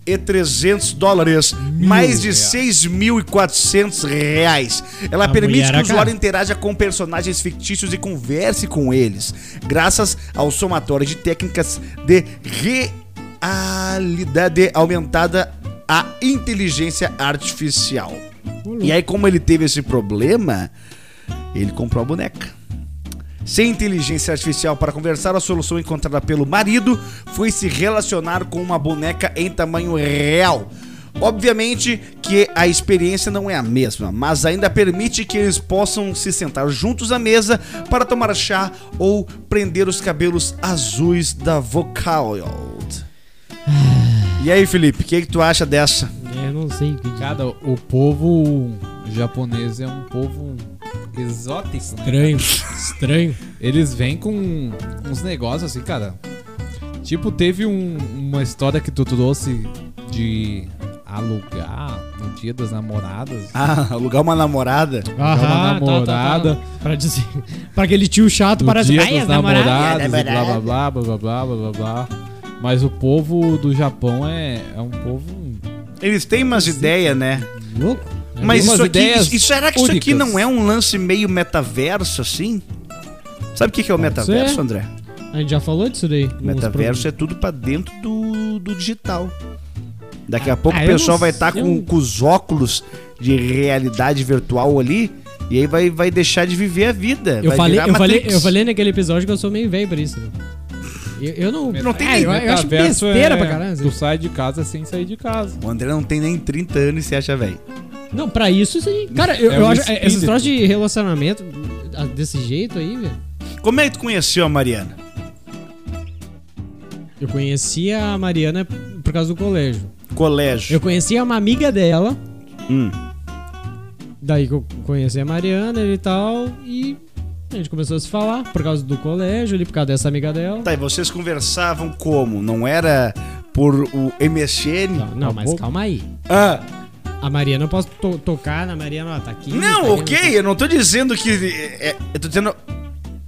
[SPEAKER 1] 1.300 dólares, mais de
[SPEAKER 3] reais.
[SPEAKER 1] 6.400 reais. Ela
[SPEAKER 2] A
[SPEAKER 1] permite
[SPEAKER 2] mulher
[SPEAKER 1] que o
[SPEAKER 2] era
[SPEAKER 1] usuário
[SPEAKER 2] cara.
[SPEAKER 1] interaja com personagens fictícios e converse com eles, graças ao somatório de técnicas de realidade aumentada à inteligência artificial. E aí, como ele teve esse problema, ele comprou a boneca. Sem inteligência artificial para conversar, a solução encontrada pelo marido foi se relacionar com uma boneca em tamanho real. Obviamente que a experiência não é a mesma, mas ainda permite que eles possam se sentar juntos à mesa para tomar chá ou prender os cabelos azuis da Vocaloid. E aí, Felipe, o que, que tu acha dessa?
[SPEAKER 2] É, Eu não sei o que dizer.
[SPEAKER 3] Cara, o povo japonês é um povo exótico, né?
[SPEAKER 2] Estranho, estranho.
[SPEAKER 3] Eles vêm com uns negócios assim, cara. Tipo, teve um- uma história que tu trouxe de alugar no dia das namoradas.
[SPEAKER 1] Ah, alugar uma namorada?
[SPEAKER 2] Aham, tá, tá, tá.
[SPEAKER 3] namorada.
[SPEAKER 2] Pra dizer. Pra aquele tio chato,
[SPEAKER 3] no
[SPEAKER 2] parece. né,
[SPEAKER 3] dia
[SPEAKER 2] Ai, as
[SPEAKER 3] das
[SPEAKER 2] namoradas.
[SPEAKER 3] namoradas e blá
[SPEAKER 1] namorada.
[SPEAKER 3] blá blá blá blá blá blá blá blá. Mas o povo do Japão é, é um povo
[SPEAKER 1] Eles têm umas ideias, né?
[SPEAKER 3] louco.
[SPEAKER 1] Mas
[SPEAKER 3] Umas
[SPEAKER 1] isso aqui,
[SPEAKER 3] ideias
[SPEAKER 1] e será que isso aqui
[SPEAKER 3] únicas.
[SPEAKER 1] não é um lance meio metaverso assim? Sabe o que que é o metaverso,
[SPEAKER 2] ser.
[SPEAKER 1] André?
[SPEAKER 2] A gente já falou disso daí. nos
[SPEAKER 1] Metaverso é tudo pra dentro do, do digital. Daqui a pouco
[SPEAKER 2] ah,
[SPEAKER 1] o
[SPEAKER 2] eu
[SPEAKER 1] pessoal
[SPEAKER 2] não
[SPEAKER 1] vai estar
[SPEAKER 2] sei,
[SPEAKER 1] com,
[SPEAKER 2] eu-
[SPEAKER 1] com os óculos de realidade virtual ali e aí vai, vai deixar de viver a vida.
[SPEAKER 2] Eu
[SPEAKER 1] vai
[SPEAKER 2] falei,
[SPEAKER 1] virar
[SPEAKER 2] eu, falei,
[SPEAKER 1] Matrix.
[SPEAKER 2] eu falei naquele episódio que eu sou meio velho pra isso. né? Eu, eu não.
[SPEAKER 1] Não tem
[SPEAKER 2] Ah, eu, eu acho
[SPEAKER 3] Metaverso
[SPEAKER 2] besteira
[SPEAKER 3] é
[SPEAKER 2] pra
[SPEAKER 1] assim.
[SPEAKER 2] caralho.
[SPEAKER 3] Tu sai de casa sem sair de casa.
[SPEAKER 1] O André não tem nem 30 anos e se acha velho.
[SPEAKER 2] Não, pra isso sim. Cara, eu,
[SPEAKER 3] É
[SPEAKER 2] eu
[SPEAKER 3] um
[SPEAKER 2] acho.
[SPEAKER 3] espírito.
[SPEAKER 2] Esses troços de relacionamento ah, desse jeito aí, velho.
[SPEAKER 1] Como é que tu conheceu a Mariana?
[SPEAKER 2] Eu conheci a Mariana por causa do colégio.
[SPEAKER 1] Colégio.
[SPEAKER 2] Eu conhecia uma amiga dela,
[SPEAKER 1] Hum.
[SPEAKER 2] daí que eu conheci a Mariana e tal, e a gente começou a se falar por causa do colégio ali, por causa dessa amiga dela.
[SPEAKER 1] Tá, e vocês conversavam como? Não era por o MSN?
[SPEAKER 2] Não, não, mas
[SPEAKER 3] bom.
[SPEAKER 2] calma aí.
[SPEAKER 1] Ah,
[SPEAKER 2] A Mariana eu posso to- tocar na Mariana, ó, tá aqui. tá
[SPEAKER 1] Não,
[SPEAKER 2] ali,
[SPEAKER 1] ok, eu não tô dizendo que. é- é- eu tô dizendo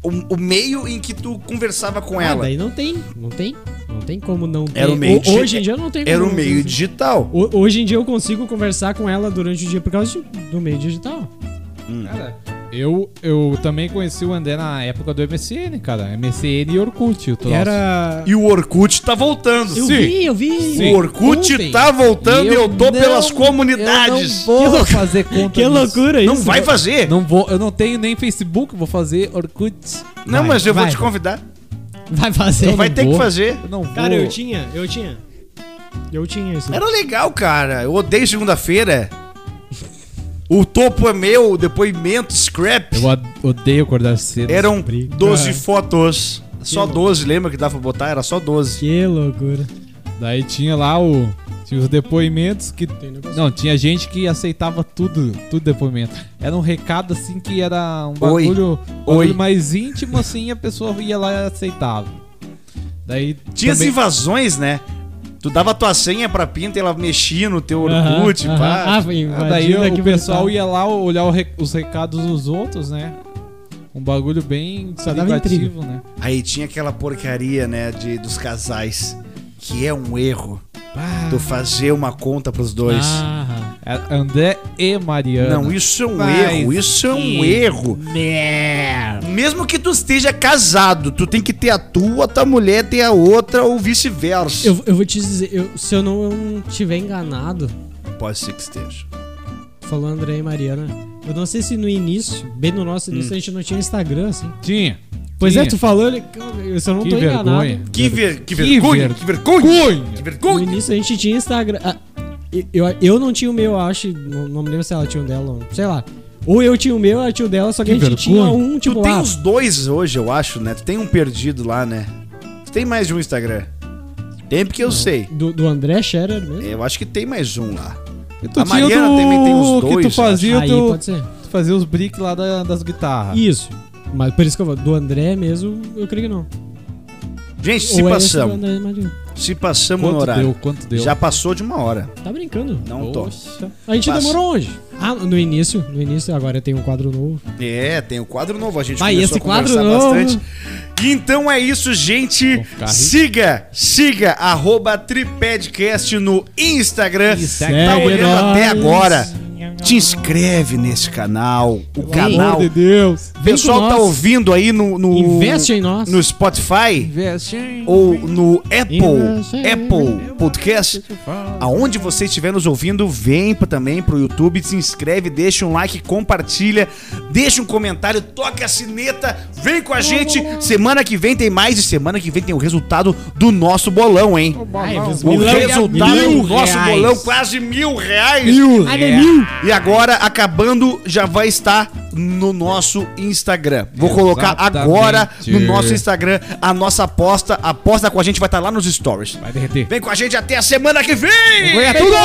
[SPEAKER 1] o, o meio em que tu conversava com
[SPEAKER 2] Ah,
[SPEAKER 1] ela.
[SPEAKER 2] daí não tem, não tem. Não tem como não ter.
[SPEAKER 1] Era o meio
[SPEAKER 2] Ho-
[SPEAKER 1] de- é,
[SPEAKER 2] Hoje em dia não tem como
[SPEAKER 1] Era o
[SPEAKER 2] não ter
[SPEAKER 1] meio
[SPEAKER 2] isso.
[SPEAKER 1] digital.
[SPEAKER 2] Ho- Hoje em dia eu consigo conversar com ela durante o dia por causa de- do meio digital.
[SPEAKER 3] Cara, eu, eu também conheci o André na época do MSN, cara. MSN e Orkut, o troço.
[SPEAKER 2] Era.
[SPEAKER 1] E o Orkut tá voltando.
[SPEAKER 2] Eu
[SPEAKER 3] Sim.
[SPEAKER 2] vi, eu vi.
[SPEAKER 3] Sim.
[SPEAKER 1] O Orkut
[SPEAKER 2] Ontem.
[SPEAKER 1] tá voltando e eu, tô
[SPEAKER 3] não-
[SPEAKER 1] pelas comunidades.
[SPEAKER 3] Eu
[SPEAKER 2] Que
[SPEAKER 3] não vou
[SPEAKER 2] loucura.
[SPEAKER 3] fazer conta
[SPEAKER 2] Que
[SPEAKER 3] nisso.
[SPEAKER 2] loucura
[SPEAKER 1] não
[SPEAKER 2] isso.
[SPEAKER 1] vai fazer. Não,
[SPEAKER 3] Não vou, eu não tenho nem Facebook, vou fazer Orkut.
[SPEAKER 2] vai,
[SPEAKER 1] mas eu vou
[SPEAKER 2] vai.
[SPEAKER 1] te convidar.
[SPEAKER 2] Vai fazer.
[SPEAKER 1] Então vai ter que
[SPEAKER 3] vou.
[SPEAKER 1] fazer.
[SPEAKER 3] Eu não vou.
[SPEAKER 2] Cara, eu tinha, eu tinha. Eu tinha isso.
[SPEAKER 1] Era legal, cara. Eu odeio segunda-feira. O topo é meu, depoimento, scrap.
[SPEAKER 3] Eu ad- odeio acordar cedo.
[SPEAKER 1] Eram
[SPEAKER 2] briga.
[SPEAKER 1] 12 fotos. Só 12, lembra que dava pra botar? Era só 12.
[SPEAKER 2] Que loucura.
[SPEAKER 3] Daí tinha lá o. Tinha os depoimentos que. Não, tinha gente que aceitava tudo, tudo depoimento. Era um recado assim que era um
[SPEAKER 1] Oi.
[SPEAKER 3] bagulho,
[SPEAKER 1] Oi.
[SPEAKER 3] bagulho mais íntimo assim, a pessoa ia lá e aceitava. Daí
[SPEAKER 1] Tinha as
[SPEAKER 3] também-
[SPEAKER 1] invasões, né? Tu dava tua senha pra pinta e ela mexia no teu
[SPEAKER 2] Aham,
[SPEAKER 1] Orkut,
[SPEAKER 2] aham.
[SPEAKER 1] pá.
[SPEAKER 2] Ah, foi
[SPEAKER 3] Ah, daí
[SPEAKER 2] invadindo aqui
[SPEAKER 3] o pessoal
[SPEAKER 2] pra-
[SPEAKER 3] ia lá olhar o re- os recados dos outros, né? Um bagulho bem
[SPEAKER 2] Só dava
[SPEAKER 3] privativo, né?
[SPEAKER 1] Aí tinha aquela porcaria, né, de, dos casais, que é um erro. Tu fazer uma conta pros dois.
[SPEAKER 2] Ah,
[SPEAKER 3] A- É André e Mariana.
[SPEAKER 1] Não, isso é um
[SPEAKER 3] Mas
[SPEAKER 1] erro, isso é um
[SPEAKER 3] que
[SPEAKER 1] erro. Mesmo que tu esteja casado, tu tem que ter a tua, tua mulher ter a outra ou vice-versa.
[SPEAKER 2] eu, eu vou te dizer, eu- se eu não, eu não tiver enganado,
[SPEAKER 1] Pode ser que esteja.
[SPEAKER 2] falou André e Mariana. Eu não sei se no início, bem no nosso
[SPEAKER 1] Hum.
[SPEAKER 2] início, a gente não tinha Instagram, assim.
[SPEAKER 3] Tinha.
[SPEAKER 2] Pois
[SPEAKER 3] tinha.
[SPEAKER 2] é, tu falou, ele- eu- se eu não
[SPEAKER 3] Que
[SPEAKER 2] tô
[SPEAKER 3] vergonha.
[SPEAKER 2] enganado.
[SPEAKER 1] Que, ver, que,
[SPEAKER 3] Que
[SPEAKER 1] vergonha,
[SPEAKER 3] ver-
[SPEAKER 1] que vergonha, que
[SPEAKER 2] No
[SPEAKER 1] vergonha.
[SPEAKER 2] início a gente tinha Instagram. Ah, eu, eu- eu não tinha o meu, eu acho. Não, não me lembro se ela tinha o dela ou não. Sei lá. Ou eu tinha o meu, ela tinha o dela, só que,
[SPEAKER 3] Que
[SPEAKER 2] a gente
[SPEAKER 3] vergonha.
[SPEAKER 2] tinha um, tipo,
[SPEAKER 1] tu tem
[SPEAKER 2] ah,
[SPEAKER 1] os dois hoje, eu acho, né? Tu tem um perdido lá, né? Tu tem mais de um Instagram? Tem porque eu sei.
[SPEAKER 2] do, do André Scherer mesmo.
[SPEAKER 1] Eu acho que tem mais um lá.
[SPEAKER 3] E tu
[SPEAKER 1] A
[SPEAKER 3] tinha
[SPEAKER 1] Mariana
[SPEAKER 3] do-
[SPEAKER 1] também tem os
[SPEAKER 3] que
[SPEAKER 1] dois,
[SPEAKER 3] tu fazia,
[SPEAKER 2] Aí
[SPEAKER 3] tu,
[SPEAKER 2] pode ser.
[SPEAKER 3] tu fazia os brick lá da- das
[SPEAKER 1] Ah.
[SPEAKER 3] guitarras.
[SPEAKER 2] Isso. Mas por isso que eu vou. Do André mesmo, eu creio que não.
[SPEAKER 1] Gente, se
[SPEAKER 2] Ou é esse do
[SPEAKER 1] passamos.
[SPEAKER 2] André Marinho.
[SPEAKER 1] se passamos no
[SPEAKER 4] Quanto
[SPEAKER 1] horário.
[SPEAKER 4] deu? Quanto deu?
[SPEAKER 1] Já passou de uma hora.
[SPEAKER 2] Tá brincando.
[SPEAKER 1] Não tô.
[SPEAKER 4] Poxa.
[SPEAKER 2] A gente
[SPEAKER 1] Passa.
[SPEAKER 2] demorou onde? Ah, no início. No início, agora tem um quadro novo.
[SPEAKER 1] É, tem o quadro novo, a gente
[SPEAKER 2] Vai,
[SPEAKER 1] começou
[SPEAKER 2] Ah, esse
[SPEAKER 1] a conversar
[SPEAKER 2] quadro novo.
[SPEAKER 1] bastante. Então é isso, gente.
[SPEAKER 4] Vou ficar rico.
[SPEAKER 1] Siga, siga, arroba Tripedcast no Instagram.
[SPEAKER 2] Instagram.
[SPEAKER 1] Tá olhando
[SPEAKER 2] Segue
[SPEAKER 1] até
[SPEAKER 2] nós.
[SPEAKER 1] agora. Te inscreve nesse canal. O canal.
[SPEAKER 4] de Deus.
[SPEAKER 1] O
[SPEAKER 2] Vem
[SPEAKER 1] pessoal
[SPEAKER 2] com
[SPEAKER 1] tá
[SPEAKER 2] nós.
[SPEAKER 1] ouvindo aí no, no,
[SPEAKER 2] Investe em nós.
[SPEAKER 1] no Spotify
[SPEAKER 3] Investe.
[SPEAKER 1] ou no
[SPEAKER 2] Investe
[SPEAKER 1] Apple,
[SPEAKER 2] em-
[SPEAKER 1] Apple Podcast. Aonde você estiver nos ouvindo, vem pra- também pro YouTube, se inscreve, deixa um like, compartilha, deixa um comentário, toca a sineta, vem com a gente. Semana que vem tem mais e semana que vem tem o resultado do nosso bolão, hein? O
[SPEAKER 2] Milão-
[SPEAKER 1] resultado
[SPEAKER 2] Milão
[SPEAKER 1] do nosso
[SPEAKER 2] reais.
[SPEAKER 1] bolão, quase mil reais.
[SPEAKER 2] Ah, é mil.
[SPEAKER 1] E agora, acabando, já vai estar no nosso Instagram. Vou colocar
[SPEAKER 4] Exatamente.
[SPEAKER 1] agora no nosso Instagram a nossa aposta. A aposta com a gente vai estar lá nos
[SPEAKER 3] É,
[SPEAKER 1] stories.
[SPEAKER 4] Vai derreter.
[SPEAKER 1] Vem com a gente até a semana que vem!
[SPEAKER 4] tudo!